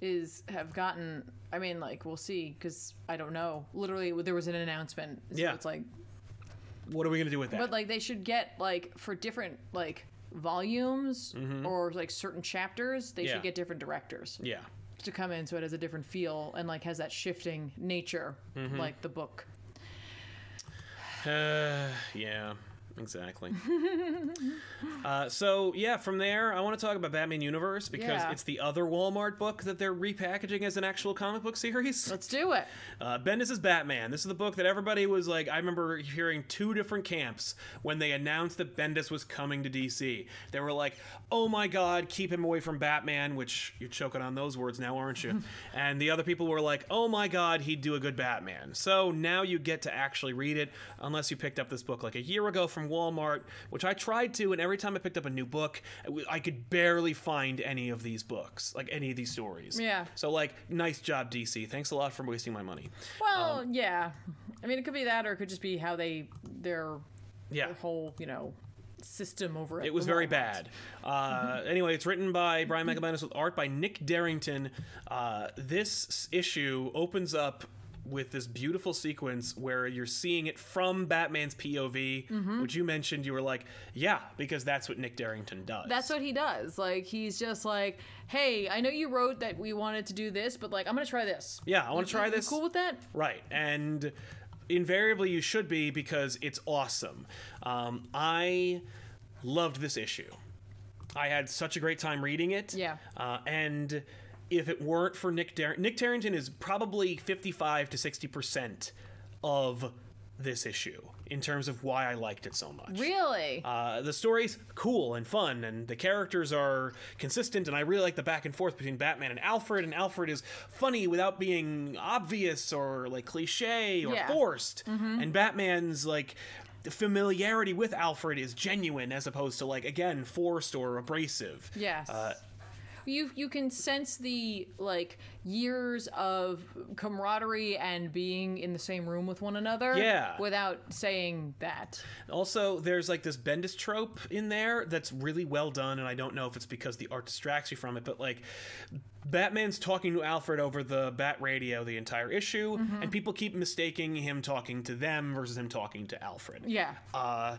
Speaker 5: is have gotten. I mean, like we'll see, because I don't know. Literally, there was an announcement. So
Speaker 1: Yeah.
Speaker 5: It's like,
Speaker 1: What are we gonna do with that?
Speaker 5: but like they should get like for different like volumes or like certain chapters, they
Speaker 1: Mm-hmm. Yeah.
Speaker 5: should get different directors
Speaker 1: yeah,
Speaker 5: to come in, so it has a different feel and like has that shifting
Speaker 1: Mm-hmm.
Speaker 5: nature, like the book.
Speaker 1: uh, yeah. Exactly. uh, so yeah, from there, I want to talk about Batman Universe because
Speaker 5: Yeah.
Speaker 1: it's the other Walmart book that they're repackaging as an actual comic book series.
Speaker 5: Let's do it.
Speaker 1: Uh, Bendis is Batman. This is the book that everybody was like. I remember hearing two different camps when they announced that Bendis was coming to DC. They were like, "Oh my God, keep him away from Batman," which you're choking on those words now, aren't you? and the other people were like, "Oh my God, he'd do a good Batman." So now you get to actually read it, unless you picked up this book like a year ago from Walmart, which I tried to, and every time I picked up a new book, I w- I could barely find any of these books, like any of these stories.
Speaker 5: Yeah.
Speaker 1: So like, nice job, DC. Thanks a lot for wasting my money.
Speaker 5: Well,
Speaker 1: Um,
Speaker 5: yeah. I mean, it could be that, or it could just be how they their
Speaker 1: Yeah.
Speaker 5: their whole you know system over it.
Speaker 1: It was very bad. Uh, anyway, it's written by Brian
Speaker 5: Mm-hmm.
Speaker 1: Michael Bendis with art by Nick Darrington. Uh, this s- issue opens up with this beautiful sequence where you're seeing it from Batman's POV,
Speaker 5: Mm-hmm.
Speaker 1: which you mentioned. You were like, yeah, because that's what Nick Darrington does.
Speaker 5: That's what he does. Like he's just like, hey, I know you wrote that we wanted to do this, but like I'm gonna try this.
Speaker 1: yeah, I want to try
Speaker 5: You
Speaker 1: this.
Speaker 5: Cool with that?
Speaker 1: Right. And invariably you should be because it's awesome. Um, I loved this issue. I had such a great time reading it.
Speaker 5: Yeah.
Speaker 1: Uh, and if it weren't for Nick Dar- Nick Tarrington is probably 55 to 60% of this issue in terms of why I liked it so much.
Speaker 5: Really?
Speaker 1: Uh, the story's cool and fun, and the characters are consistent, and I really like the back and forth between Batman and Alfred, and Alfred is funny without being obvious or like cliche or
Speaker 5: Yeah. Mm-hmm.
Speaker 1: forced, and Batman's like familiarity with Alfred is genuine as opposed to like again forced or abrasive.
Speaker 5: Yes.
Speaker 1: Uh,
Speaker 5: you you can sense the like years of camaraderie and being in the same room with one another.
Speaker 1: Yeah.
Speaker 5: Without saying that.
Speaker 1: Also, there's like this Bendis trope in there that's really well done, and I don't know if it's because the art distracts you from it, but like Batman's talking to Alfred over the Bat radio the entire issue, and people keep mistaking him talking to them versus him talking to Alfred.
Speaker 5: Yeah.
Speaker 1: Uh,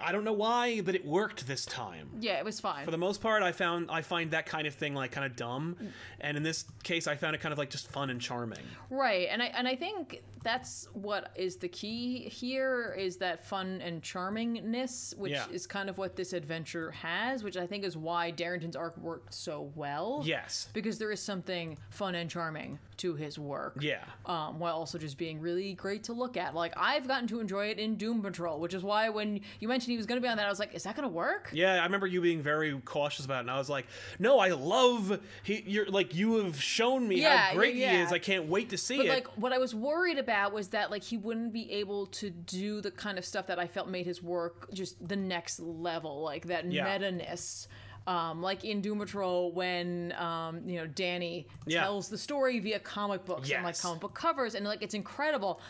Speaker 1: I don't know why, but it worked this time.
Speaker 5: yeah. It was fine.
Speaker 1: For the most part, I found I find that kind of thing like kind of dumb, and in this case, I found it kind of like just fun and charming.
Speaker 5: Right, and I and I think that's what is the key here is that fun and charmingness, which
Speaker 1: Yeah.
Speaker 5: is kind of what this adventure has, which I think is why Darrington's arc worked so well.
Speaker 1: Yes.
Speaker 5: because there is something fun and charming to his work.
Speaker 1: Yeah.
Speaker 5: Um, while also just being really great to look at. Like I've gotten to enjoy it in Doom Patrol, which is why when you mentioned he was going to be on that, I was like, is that going to work?
Speaker 1: Yeah, I remember you being very cautious about it, and I was like, "No, I love he. You're like you have shown me
Speaker 5: Yeah,
Speaker 1: how great he
Speaker 5: yeah.
Speaker 1: is. I can't wait to see
Speaker 5: But
Speaker 1: it."
Speaker 5: like what I was worried about was that like he wouldn't be able to do the kind of stuff that I felt made his work just the next level, like that
Speaker 1: Yeah.
Speaker 5: meta-ness. Um, like in Doom Patrol, when um, you know Danny
Speaker 1: Yeah.
Speaker 5: tells the story via comic books and like
Speaker 1: Yes.
Speaker 5: comic book covers, and like it's incredible.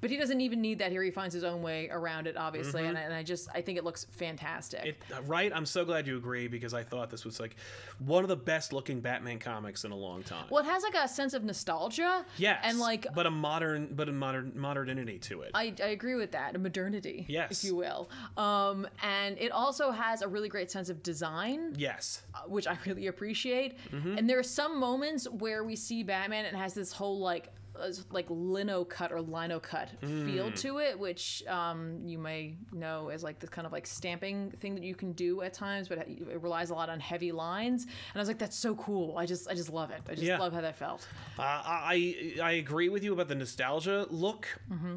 Speaker 5: But he doesn't even need that here. He finds his own way around it, obviously, and, I, and I just I think it looks fantastic.
Speaker 1: Mm-hmm. it, right? I'm so glad you agree because I thought this was like one of the best looking Batman comics in a long time.
Speaker 5: well, it has like a sense of nostalgia,
Speaker 1: yes,
Speaker 5: and like
Speaker 1: but a modern, but a modern modernity to it.
Speaker 5: I, I agree with that. A modernity,
Speaker 1: Yes.
Speaker 5: if you will. Um, and it also has a really great sense of design,
Speaker 1: yes,
Speaker 5: uh, which I really appreciate.
Speaker 1: Mm-hmm.
Speaker 5: And there are some moments where we see Batman and it has this whole like uh, like lino cut or lino cut feel
Speaker 1: Mm.
Speaker 5: to it, which um, you may know as like this kind of like stamping thing that you can do at times, but it relies a lot on heavy lines. And I was like, that's so cool. I just I just love it. I just
Speaker 1: Yeah.
Speaker 5: love how that felt.
Speaker 1: uh, I I agree with you about the nostalgia look.
Speaker 5: Mm-hmm.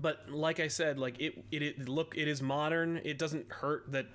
Speaker 1: But like I said, like it, it, it look it is modern. It doesn't hurt that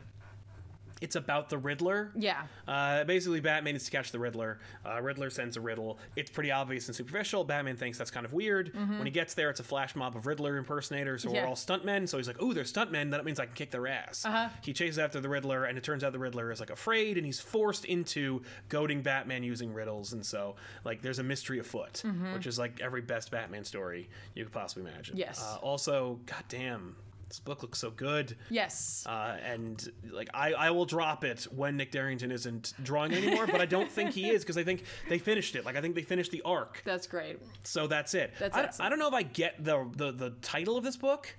Speaker 1: it's about the Riddler.
Speaker 5: Yeah.
Speaker 1: Uh, basically, Batman needs to catch the Riddler. Uh, Riddler sends a riddle. It's pretty obvious and superficial. Batman thinks that's kind of weird. When he gets there, it's a flash mob of Riddler impersonators who
Speaker 5: Mm-hmm. Yeah.
Speaker 1: are all stuntmen. So he's like, "Ooh, they're stuntmen. That means I can kick their ass." Uh-huh. He chases after the Riddler, and it turns out the Riddler is like afraid, and he's forced into goading Batman using riddles. And so, like, there's a mystery afoot,
Speaker 5: Mm-hmm.
Speaker 1: which is like every best Batman story you could possibly imagine.
Speaker 5: Yes.
Speaker 1: Uh, also, goddamn, this book looks so good.
Speaker 5: Yes.
Speaker 1: Uh, and like I, I will drop it when Nick Darrington isn't drawing anymore, but I don't think he is because I think they finished it. Like I think they finished the arc,
Speaker 5: that's great.
Speaker 1: so that's it.
Speaker 5: That's
Speaker 1: I,
Speaker 5: excellent.
Speaker 1: I don't know if I get the, the the title of this book,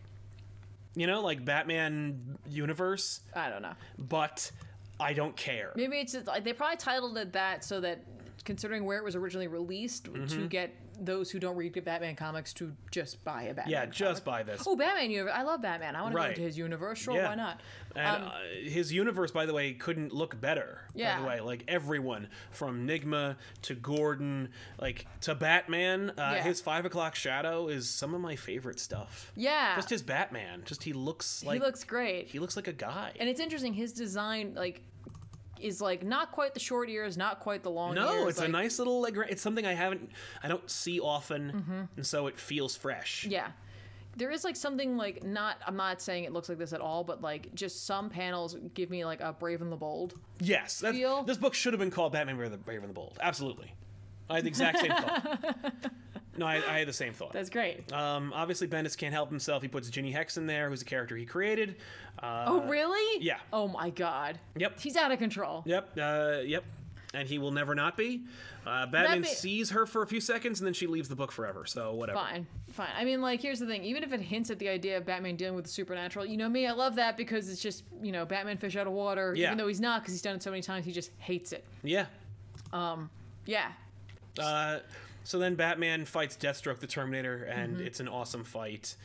Speaker 1: you know, like Batman Universe,
Speaker 5: I don't know.
Speaker 1: but I don't care.
Speaker 5: Maybe it's just, like, they probably titled it that so that considering where it was originally released,
Speaker 1: Mm-hmm.
Speaker 5: to get those who don't read good Batman comics to just buy a Batman.
Speaker 1: Yeah, just buy this.
Speaker 5: Oh, Batman universe! I love Batman. I want to go
Speaker 1: Right.
Speaker 5: into his universe. Sure,
Speaker 1: Yeah.
Speaker 5: why not?
Speaker 1: And uh, his universe, by the way, couldn't look better. By
Speaker 5: Um, Yeah.
Speaker 1: the way, like everyone from Nigma to Gordon, like to Batman, uh,
Speaker 5: Yeah.
Speaker 1: his five o'clock shadow is some of my favorite stuff.
Speaker 5: Yeah.
Speaker 1: Just his Batman. Just he looks like
Speaker 5: he looks great.
Speaker 1: he looks like a guy.
Speaker 5: and it's interesting. His design, like, is like not quite the short ears, not quite the long ears.
Speaker 1: no, it's
Speaker 5: like-
Speaker 1: a nice little. like, It's something I haven't, I don't see often, and so it feels fresh.
Speaker 5: Mm-hmm. Yeah. There is like something like not I'm not saying it looks like this at all, but like just some panels give me like a Brave and the Bold.
Speaker 1: Yes, that's,
Speaker 5: Feel.
Speaker 1: this book should have been called Batman Brave and the, Brave and the Bold. Absolutely, I had the exact same thought. No, I, I had the same thought.
Speaker 5: That's great.
Speaker 1: Um, obviously, Bendis can't help himself. He puts Ginny Hex in there, who's a character he created. Uh,
Speaker 5: oh really?
Speaker 1: yeah.
Speaker 5: Oh my god.
Speaker 1: Yep.
Speaker 5: He's out of control.
Speaker 1: Yep. Uh, yep. And he will never not be. Uh, Batman
Speaker 5: That'd be-
Speaker 1: sees her for a few seconds, and then she leaves the book forever. So whatever.
Speaker 5: Fine. Fine. I mean like here's the thing, even if it hints at the idea of Batman dealing with the supernatural, you know me, I love that because it's just, you know, Batman fish out of water.
Speaker 1: Yeah.
Speaker 5: Even though he's not because he's done it so many times, he just hates it.
Speaker 1: Yeah.
Speaker 5: Yeah.
Speaker 1: Uh, so then Batman fights Deathstroke, the Terminator, and it's an awesome fight.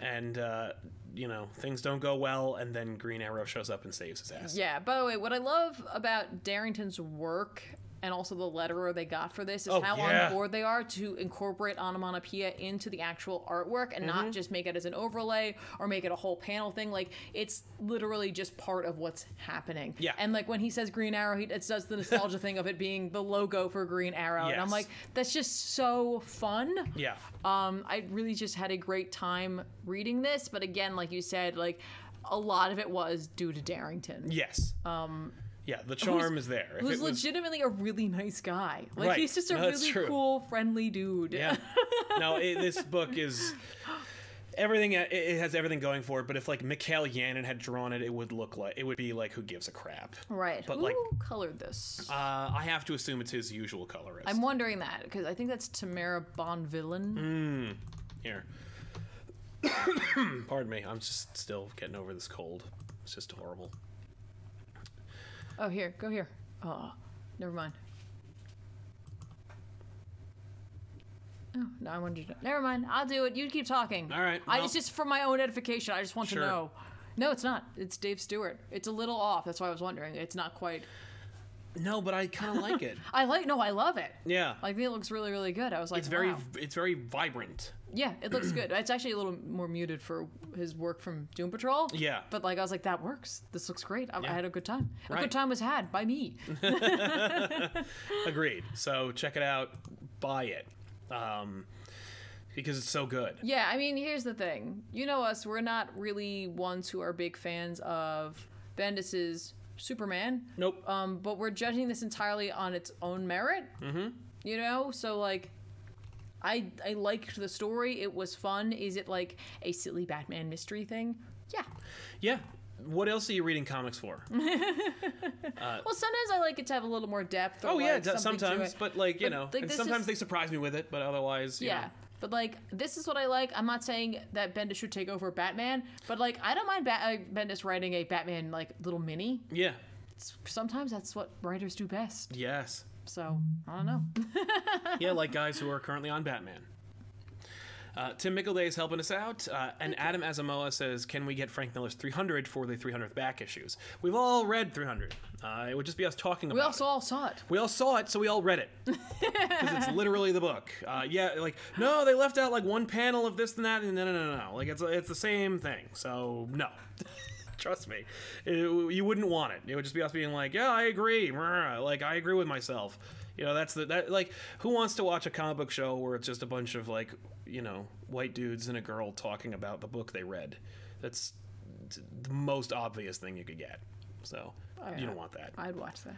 Speaker 1: And uh, you know things don't go well, and then Green Arrow shows up and saves his ass.
Speaker 5: Yeah. By the way, what I love about Darrington's work and also the letterer they got for this is
Speaker 1: Oh,
Speaker 5: how
Speaker 1: yeah.
Speaker 5: on board they are to incorporate onomatopoeia into the actual artwork and
Speaker 1: Mm-hmm.
Speaker 5: not just make it as an overlay or make it a whole panel thing. Like it's literally just part of what's happening.
Speaker 1: Yeah.
Speaker 5: And like when he says Green Arrow, he it does the nostalgia thing of it being the logo for Green Arrow, and I'm
Speaker 1: Yes.
Speaker 5: like, that's just so fun.
Speaker 1: Yeah.
Speaker 5: Um, I really just had a great time reading this, but again, like you said, like a lot of it was due to Darrington.
Speaker 1: Yes. Um. Yeah, the charm is there. If
Speaker 5: Who's
Speaker 1: it was-
Speaker 5: legitimately a really nice guy. Like
Speaker 1: Right.
Speaker 5: he's just a
Speaker 1: No, that's
Speaker 5: really
Speaker 1: true.
Speaker 5: cool, friendly dude.
Speaker 1: Yeah. no, it, this book is everything. It, it has everything going for it. But if like Mikhail Yannon had drawn it, it would look like it would be like who gives a crap.
Speaker 5: right.
Speaker 1: But
Speaker 5: Who
Speaker 1: like,
Speaker 5: colored this?
Speaker 1: uh, I have to assume it's his usual colorist.
Speaker 5: I'm wondering that because I think that's Tamara Bonvillain.
Speaker 1: Mm. Here. Pardon me. I'm just still getting over this cold. It's just horrible.
Speaker 5: Oh, here, go here. Oh, never mind. Oh, no, I wanted to. Never mind. I'll do it. You keep talking.
Speaker 1: All right,
Speaker 5: I,
Speaker 1: well-
Speaker 5: it's just for my own edification. I just want
Speaker 1: Sure.
Speaker 5: to know. No, it's not. It's Dave Stewart. It's a little off. That's why I was wondering. It's not quite.
Speaker 1: No, but I kind of like it.
Speaker 5: I like. No, I love it.
Speaker 1: Yeah.
Speaker 5: Like it looks really, really good. I was like,
Speaker 1: it's very
Speaker 5: wow.
Speaker 1: it's very vibrant.
Speaker 5: Yeah, it looks good. It's actually a little more muted for his work from Doom Patrol.
Speaker 1: Yeah.
Speaker 5: But like, I was like, that works. This looks great. I,
Speaker 1: Yeah.
Speaker 5: I had a good time. A
Speaker 1: Right.
Speaker 5: good time was had by me.
Speaker 1: Agreed. So check it out. Buy it. Um because it's so good.
Speaker 5: yeah, I mean, here's the thing. You know us. We're not really ones who are big fans of Bendis's Superman.
Speaker 1: Nope.
Speaker 5: Um, but we're judging this entirely on its own merit. Mm-hmm. You know, so like, I I liked the story. It was fun. Is it like a silly Batman mystery thing? Yeah.
Speaker 1: Yeah. What else are you reading comics for?
Speaker 5: Well, sometimes I like it to have a little more depth. Or
Speaker 1: Oh yeah,
Speaker 5: like,
Speaker 1: it does
Speaker 5: something to
Speaker 1: sometimes,
Speaker 5: it.
Speaker 1: but like you
Speaker 5: But,
Speaker 1: know,
Speaker 5: like,
Speaker 1: and
Speaker 5: this
Speaker 1: sometimes
Speaker 5: is-
Speaker 1: they surprise me with it. But otherwise, you
Speaker 5: yeah.
Speaker 1: know.
Speaker 5: But like, this is what I like. I'm not saying that Bendis should take over Batman, but like, I don't mind ba- uh, Bendis writing a Batman like little mini.
Speaker 1: yeah,
Speaker 5: It's, sometimes that's what writers do best.
Speaker 1: yes,
Speaker 5: So I don't know.
Speaker 1: yeah, like guys who are currently on Batman. Uh, Tim Mickleday is helping us out, uh, and Adam Asamoah says, "Can we get Frank Miller's 300 for the 300th back issues?" We've all read 300. Uh, it would just be us talking about.
Speaker 5: We also
Speaker 1: it.
Speaker 5: all saw it.
Speaker 1: We all saw it, so we all read it because it's literally the book. Uh, yeah, like no, they left out like one panel of this and that, and no, no, no, no. Like it's it's the same thing. So no, trust me, It- you wouldn't want it. It would just be us being like, yeah, I agree. Rah, Like I agree with myself. You know, that's the that like who wants to watch a comic book show where it's just a bunch of like you know white dudes and a girl talking about the book they read? That's the most obvious thing you could get. So you don't want that
Speaker 5: I'd watch that.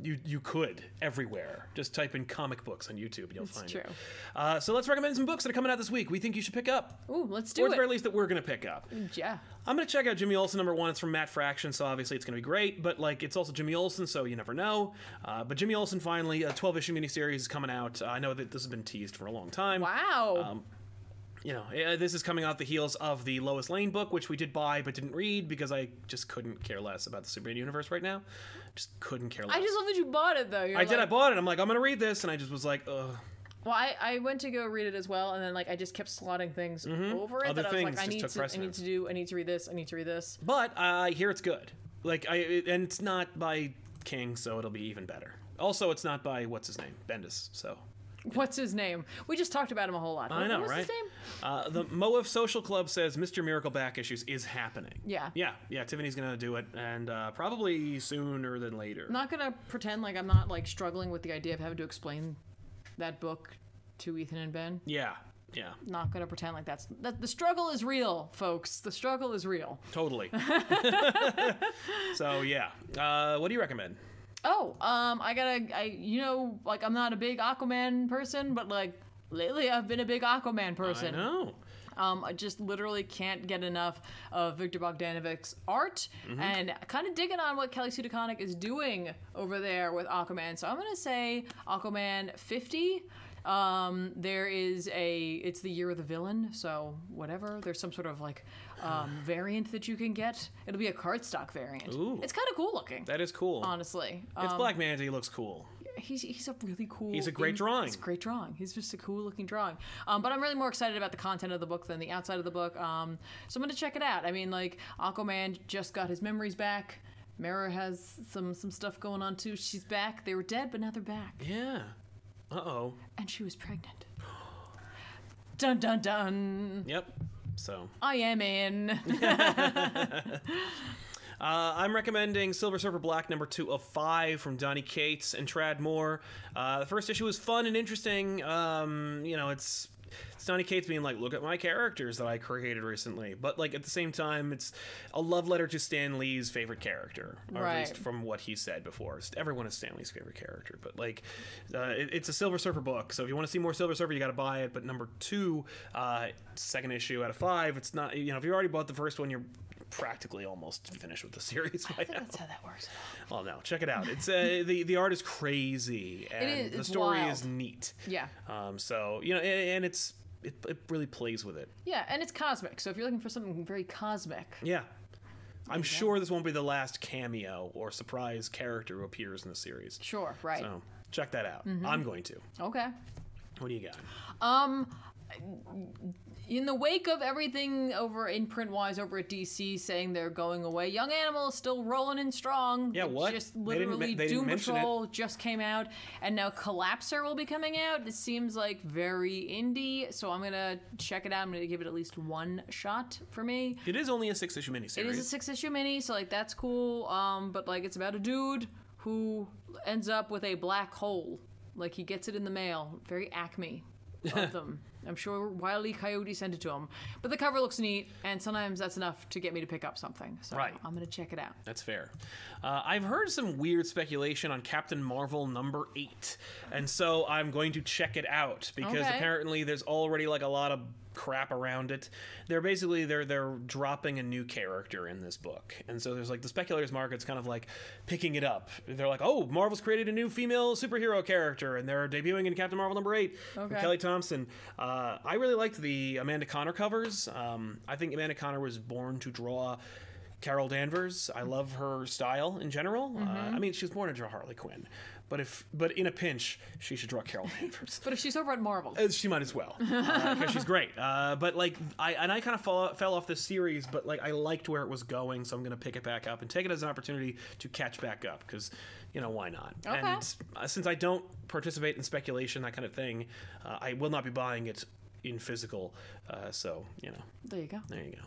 Speaker 1: you you could everywhere. Just type in comic books on YouTube and you'll find it.
Speaker 5: true.
Speaker 1: Uh, so let's recommend some books that are coming out this week. We think you should pick up,
Speaker 5: Ooh, let's
Speaker 1: or
Speaker 5: do
Speaker 1: at the very
Speaker 5: it.
Speaker 1: least that we're going to pick up.
Speaker 5: Yeah.
Speaker 1: I'm going to check out Jimmy Olsen number one. It's from Matt Fraction, so obviously it's going to be great. But like, it's also Jimmy Olsen, so you never know. Uh, but Jimmy Olsen finally, a 12 issue miniseries is coming out. Uh, I know that this has been teased for a long time.
Speaker 5: Wow.
Speaker 1: Um, you know, eh, this is coming off the heels of the Lois Lane book, which we did buy but didn't read because I just couldn't care less about the Superman universe right now. Just couldn't care less.
Speaker 5: I just love that you bought it though. You're
Speaker 1: I did. I
Speaker 5: like-
Speaker 1: bought it. I'm like, I'm gonna read this, and I just was like, ugh.
Speaker 5: Well, I, I went to go read it as well, and then like I just kept slotting things over it
Speaker 1: Mm-hmm. Other
Speaker 5: that I was
Speaker 1: things
Speaker 5: like, I
Speaker 1: just
Speaker 5: need
Speaker 1: took
Speaker 5: to, I need
Speaker 1: precedence.
Speaker 5: to do, I need to read this, I need to read this.
Speaker 1: But I hear it's good. Like I, it, and it's not by King, so it'll be even better. Also, it's not by what's his name, Bendis. So
Speaker 5: What's his name? We just talked about him a whole lot.
Speaker 1: I
Speaker 5: What-
Speaker 1: know,
Speaker 5: what's
Speaker 1: right?
Speaker 5: His name?
Speaker 1: Uh, the Moef Social Club says Mr. Miracle back issues is happening.
Speaker 5: Yeah.
Speaker 1: Yeah, yeah. Tiffany's gonna do it, and uh, probably sooner than later.
Speaker 5: not gonna pretend like I'm not like struggling with the idea of having to explain that book to Ethan and Ben.
Speaker 1: yeah, yeah.
Speaker 5: Not gonna pretend like that's that the struggle is real, folks. The struggle is real.
Speaker 1: Totally. so yeah. Uh, what do you recommend?
Speaker 5: Oh, um, I gotta, I you know, like I'm not a big Aquaman person, but like lately I've been a big Aquaman person.
Speaker 1: I know.
Speaker 5: Um, I just literally can't get enough of Victor Bogdanovic's art
Speaker 1: Mm-hmm.
Speaker 5: and kind of digging on what Kelly Sue DeConnick is doing over there with Aquaman. So I'm going to say Aquaman 50. Um, there is a, it's the year of the villain, so whatever. There's some sort of like um, variant that you can get. It'll be a cardstock variant.
Speaker 1: Ooh.
Speaker 5: It's kind of cool looking.
Speaker 1: That is cool.
Speaker 5: Honestly,
Speaker 1: It's
Speaker 5: um,
Speaker 1: Black Manta. He looks cool.
Speaker 5: he's he's a really cool.
Speaker 1: He's a great drawing.
Speaker 5: He's a great drawing. He's just a cool looking drawing. Um, but I'm really more excited about the content of the book than the outside of the book. Um, so I'm gonna check it out. I mean, like Aquaman just got his memories back. Mara has some some stuff going on too. She's back. They were dead, but now they're back,
Speaker 1: Yeah. Uh oh.
Speaker 5: and she was pregnant. Dun dun dun!
Speaker 1: Yep. So
Speaker 5: I am in.
Speaker 1: Uh, I'm recommending Silver Surfer Black number two of five from Donnie Cates and Trad Moore. Uh, the first issue is fun and interesting. Um, you know, it's it's Donnie Cates being like, look at my characters that I created recently, but like at the same time, it's a love letter to Stan Lee's favorite character, or at least
Speaker 5: Right.
Speaker 1: from what he said before. Everyone is Stan Lee's favorite character, but like uh, it- it's a Silver Surfer book, so if you want to see more Silver Surfer, you got to buy it. But number two, uh, second issue out of five, it's not you know if you already bought the first one, you're practically almost finished with the series by
Speaker 5: I think
Speaker 1: now.
Speaker 5: that's how that works.
Speaker 1: Oh no, check it out. It's uh, the the art is crazy and
Speaker 5: is-
Speaker 1: the
Speaker 5: it's
Speaker 1: story is
Speaker 5: wild.
Speaker 1: neat.
Speaker 5: Yeah.
Speaker 1: Um. So you know, and, and it's it, it really plays with it.
Speaker 5: Yeah, and it's cosmic. So if you're looking for something very cosmic,
Speaker 1: Yeah. I'm sure this won't be the last cameo or surprise character who appears in the series.
Speaker 5: sure, right? Mm-hmm.
Speaker 1: So check that out. I'm going to.
Speaker 5: Okay.
Speaker 1: What do you got?
Speaker 5: Um, in the wake of everything over in print wise over at DC saying they're going away, Young Animal is still rolling in strong.
Speaker 1: Yeah,
Speaker 5: It
Speaker 1: what?
Speaker 5: Just
Speaker 1: They didn't
Speaker 5: literally,
Speaker 1: men- they didn't
Speaker 5: Doom
Speaker 1: mention it.
Speaker 5: Patrol just came out, and now Collapser will be coming out. This seems like very indie, so I'm gonna check it out. I'm gonna give it at least one shot for me.
Speaker 1: It is only a six issue miniseries.
Speaker 5: It is a six issue mini, so like that's cool. Um, but like it's about a dude who ends up with a black hole. Like he gets it in the mail. Very acme of them. I'm sure Wiley Coyote sent it to him. But the cover looks neat, and sometimes that's enough to get me to pick up something. So
Speaker 1: Right.
Speaker 5: I'm gonna check it out.
Speaker 1: That's fair. Uh, I've heard some weird speculation on Captain Marvel number eight, and so I'm going to check it out because
Speaker 5: Okay.
Speaker 1: apparently there's already like a lot of crap around it. They're basically they're they're dropping a new character in this book, and so there's like the speculators market's kind of like picking it up. They're like, oh, Marvel's created a new female superhero character, and they're debuting in Captain Marvel number eight. from
Speaker 5: Okay.
Speaker 1: Kelly Thompson. Uh, I really liked the Amanda Connor covers. Um, I think Amanda Connor was born to draw Carol Danvers. I love her style in general. Uh, I mean, she was born to draw Harley Quinn, but if but in a pinch, she should draw Carol Danvers.
Speaker 5: But if she's over at Marvel,
Speaker 1: Uh, She might as well, because she's great. Uh, but like, I and I kind of fall, fell off this series, but like, I liked where it was going, so I'm gonna pick it back up and take it as an opportunity to catch back up, because you know why not?
Speaker 5: Okay.
Speaker 1: And uh, since I don't participate in speculation that kind of thing, uh, I will not be buying it in physical. Uh, so you know,
Speaker 5: there you go.
Speaker 1: there you go.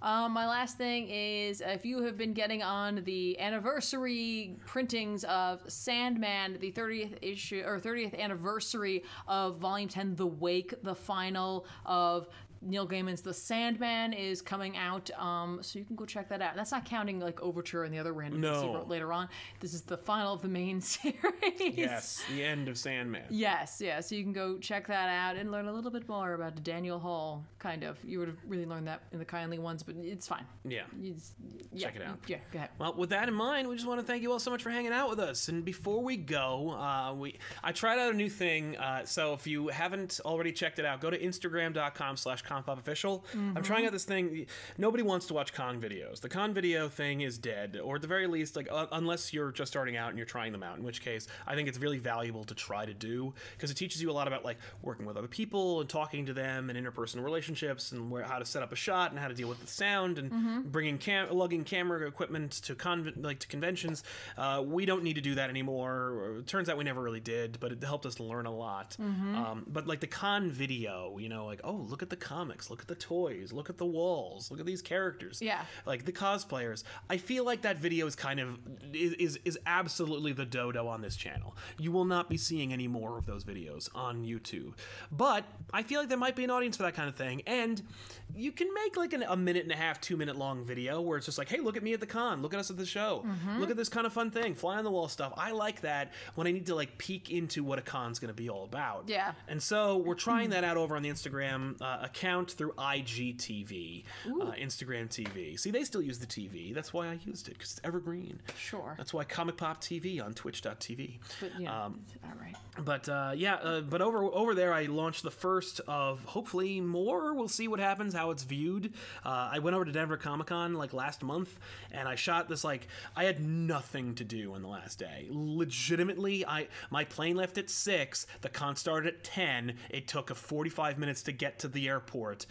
Speaker 5: Um, my last thing is if you have been getting on the anniversary printings of Sandman, the 30th issue or 30th anniversary of Volume 10, The Wake, the final of Neil Gaiman's The Sandman is coming out, um, so you can go check that out. That's not counting like Overture and the other random things he
Speaker 1: No.
Speaker 5: wrote later on. This is the final of the main series.
Speaker 1: Yes, the end of Sandman.
Speaker 5: Yes, yeah. So you can go check that out and learn a little bit more about Daniel Hall. Kind of, you would have really learned that in the kindly ones, but it's fine.
Speaker 1: Yeah.
Speaker 5: You just- yeah,
Speaker 1: Check it out.
Speaker 5: Yeah, go ahead.
Speaker 1: Well, with that in mind, we just want to thank you all so much for hanging out with us. And before we go, uh, we I tried out a new thing. Uh, so if you haven't already checked it out, go to instagram.com slash compopofficial. I'm trying out this thing. Nobody wants to watch con videos. The con video thing is dead, or at the very least, like uh, unless you're just starting out and you're trying them out. In which case, I think it's really valuable to try to do because it teaches you a lot about like working with other people and talking to them and interpersonal relationships and where how to set up a shot and how to deal with the sound and bringing cam- lugging camera equipment to con- like to conventions. Uh, we don't need to do that anymore. It turns out we never really did, but it helped us learn a lot. Um, but like the con video, you know, like oh look at the comics, look at the toys, look at the walls, look at these characters.
Speaker 5: Yeah.
Speaker 1: like the cosplayers. I feel like that video is kind of is is, is absolutely the dodo on this channel. You will not be seeing any more of those videos on YouTube. But I feel like there might be an audience for that kind of thing, and you can make like an, a minute and a half, two minute long video where it's just like, hey, look at me at the con, look at us at the show, look at this kind of fun thing, fly on the wall stuff. I like that when I need to like peek into what a con's going to be all about.
Speaker 5: Yeah.
Speaker 1: And so we're trying that out over on the Instagram uh, account through IGTV, uh, Instagram TV. See, they still use the TV. That's why I used it because it's evergreen.
Speaker 5: Sure.
Speaker 1: That's why Comic Pop TV on Twitch.tv.
Speaker 5: But yeah,
Speaker 1: Um,
Speaker 5: all right.
Speaker 1: But uh, yeah, uh, but over over there, I launched the first of hopefully more. We'll see what happens, how it's viewed. Uh, I went over to Denver Comic Con like last month, and I shot this like I had nothing to do on the last day. Legitimately, I my plane left at six. The con started at ten. It took a forty five minutes to get to the airport.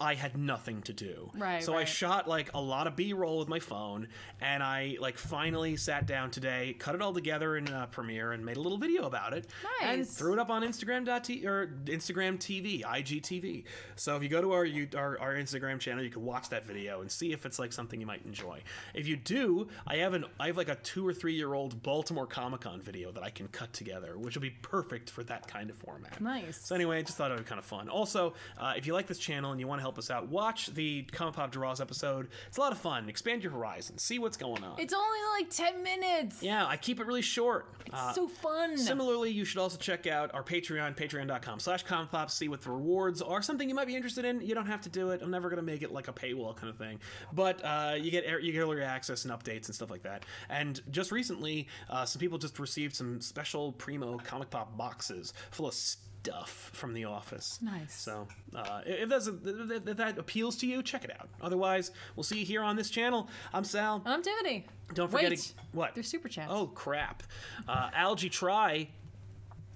Speaker 1: I had nothing to do.
Speaker 5: Right,
Speaker 1: So I
Speaker 5: right.
Speaker 1: shot like a lot of b-roll with my phone and i like finally sat down today cut it all together in uh, premiere and made a little video about it and
Speaker 5: Nice.
Speaker 1: threw it up on instagram dot t or instagram tv igtv so if you go to our, you- our our instagram channel you can watch that video and see if it's like something you might enjoy if you do i have an i have like a two or three year old baltimore comic-con video that i can cut together which will be perfect for that kind of format
Speaker 5: Nice.
Speaker 1: so anyway, I just thought it would be kind of fun. Also, uh, if you like this channel and you want to help us out, watch the Comic Pop Draws episode. It's a lot of fun. Expand your horizons. See what's going on.
Speaker 5: It's only like ten minutes.
Speaker 1: yeah, I keep it really short. Uh,
Speaker 5: so fun.
Speaker 1: Similarly, you should also check out our Patreon, patreon.com slash compop, see what the rewards are, something you might be interested in. You don't have to do it. I'm never going to make it like a paywall kind of thing. But uh, you get you get early access and updates and stuff like that. And just recently, uh, some people just received some special Primo Comic Pop boxes full of stuff from the office.
Speaker 5: Nice.
Speaker 1: So uh, if, that's if that- that appeals to you, check it out. Otherwise, we'll see you here on this channel. I'm Sal.
Speaker 5: I'm Tiffany.
Speaker 1: Don't forget
Speaker 5: Wait.
Speaker 1: ag- what?
Speaker 5: They're super chats.
Speaker 1: Oh crap! Uh, Algie Try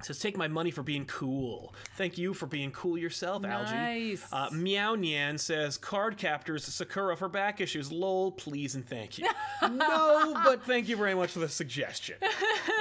Speaker 1: says, "Take my money for being cool." Thank you for being cool yourself, Algie.
Speaker 5: Nice.
Speaker 1: Uh, Meow Nyan says, "Card captors Sakura for back issues." Lol, please and thank you. no, but thank you very much for the suggestion.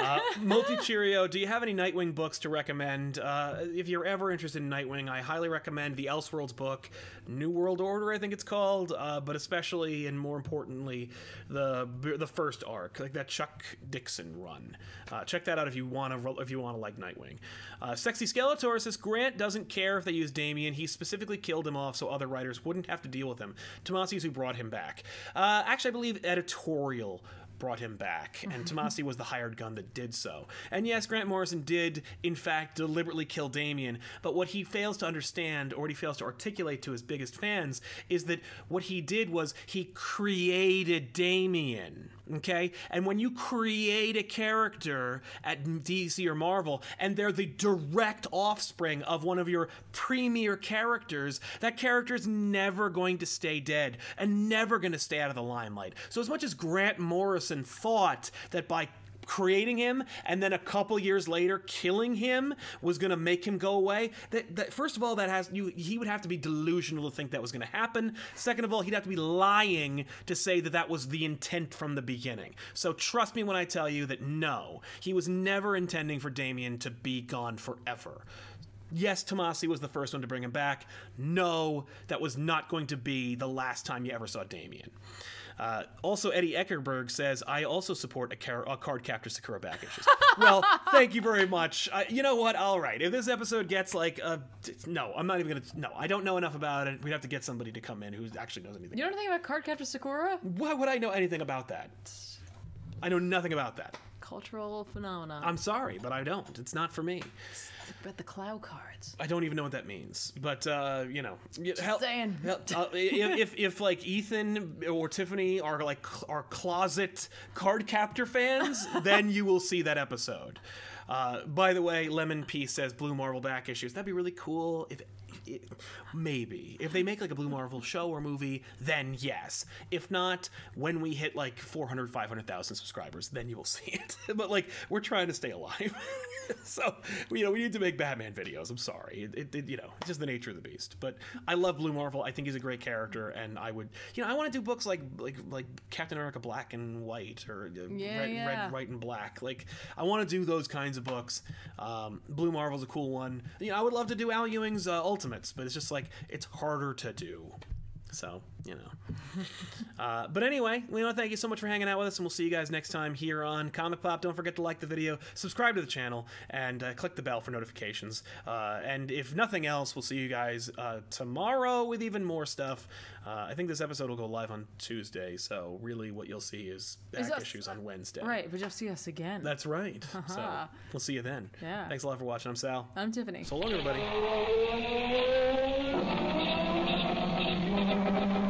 Speaker 1: Uh, Multi Cheerio, do you have any Nightwing books to recommend? Uh, if you're ever interested in Nightwing, I highly recommend the Elseworlds book, New World Order, I think it's called, uh, but especially and more importantly, the the first arc, like that Chuck Dixon run. Uh, check that out if you want to if you want to like Nightwing. Uh, Sexy Skeletor says Grant doesn't care if they use Damien. He specifically killed him off so other writers wouldn't have to deal with him. Tomasi's who brought him back. Uh, actually, I believe editorial brought him back, and Tomasi was the hired gun that did so. And yes, Grant Morrison did, in fact, deliberately kill Damien, but what he fails to understand, or what he fails to articulate to his biggest fans, is that what he did was he created Damien. Okay? And when you create a character at DC or Marvel, and they're the direct offspring of one of your premier characters, that character's never going to stay dead and never going to stay out of the limelight. So, as much as Grant Morrison thought that by creating him and then a couple years later killing him was going to make him go away that, that first of all that has you he would have to be delusional to think that was going to happen second of all he'd have to be lying to say that that was the intent from the beginning so trust me when i tell you that no he was never intending for damien to be gone forever Yes, Tomasi was the first one to bring him back. No, that was not going to be the last time you ever saw Damien. Uh, also, Eddie Eckerberg says, I also support a, car- a card captor Sakura back issues. well, thank you very much. I, you know what? All right. If this episode gets like a. No, I'm not even going to. No, I don't know enough about it. We'd have to get somebody to come in who actually knows anything.
Speaker 5: You know anything about Cardcaptor Sakura?
Speaker 1: Why would I know anything about that? I know nothing about that.
Speaker 5: Cultural phenomenon.
Speaker 1: I'm sorry, but I don't. It's not for me.
Speaker 5: But the cloud cards.
Speaker 1: I don't even know what that means, but uh, you know, y- hell,
Speaker 5: saying.
Speaker 1: hell- uh, if, if if like Ethan or Tiffany are like cl- are closet card captor fans, then you will see that episode. Uh, by the way, Lemon P says Blue Marvel back issues. That'd be really cool if. i- Maybe if they make like a Blue Marvel show or movie, then yes. If not, when we hit like 400, 500,000 subscribers, then you will see it. but like, we're trying to stay alive, so you know we need to make Batman videos. I'm sorry, it, it, it- you know it's just the nature of the beast. But I love Blue Marvel. I think he's a great character, and I would you know I want to do books like like like Captain America Black and White or uh,
Speaker 5: Yeah,
Speaker 1: red,
Speaker 5: yeah.
Speaker 1: red White and Black. Like I want to do those kinds of books. Um, Blue Marvel's a cool one. You know I would love to do Al Ewing's uh, Ultimates, but it's just like it's harder to do. So you know. Uh, but anyway, you know, thank you so much for hanging out with us, and we'll see you guys next time here on Comic Pop. Don't forget to like the video, subscribe to the channel, and uh, click the bell for notifications. Uh, and if nothing else, we'll see you guys uh, tomorrow with even more stuff. Uh, I think this episode will go live on Tuesday, so really what you'll see is back
Speaker 5: us-
Speaker 1: issues on Wednesday.
Speaker 5: Right, but you'll see us again.
Speaker 1: That's right. So we'll see you then.
Speaker 5: Yeah. Uh,
Speaker 1: Thanks a lot for watching. I'm Sal.
Speaker 5: I'm Tiffany.
Speaker 1: So long, everybody.
Speaker 3: Thank you.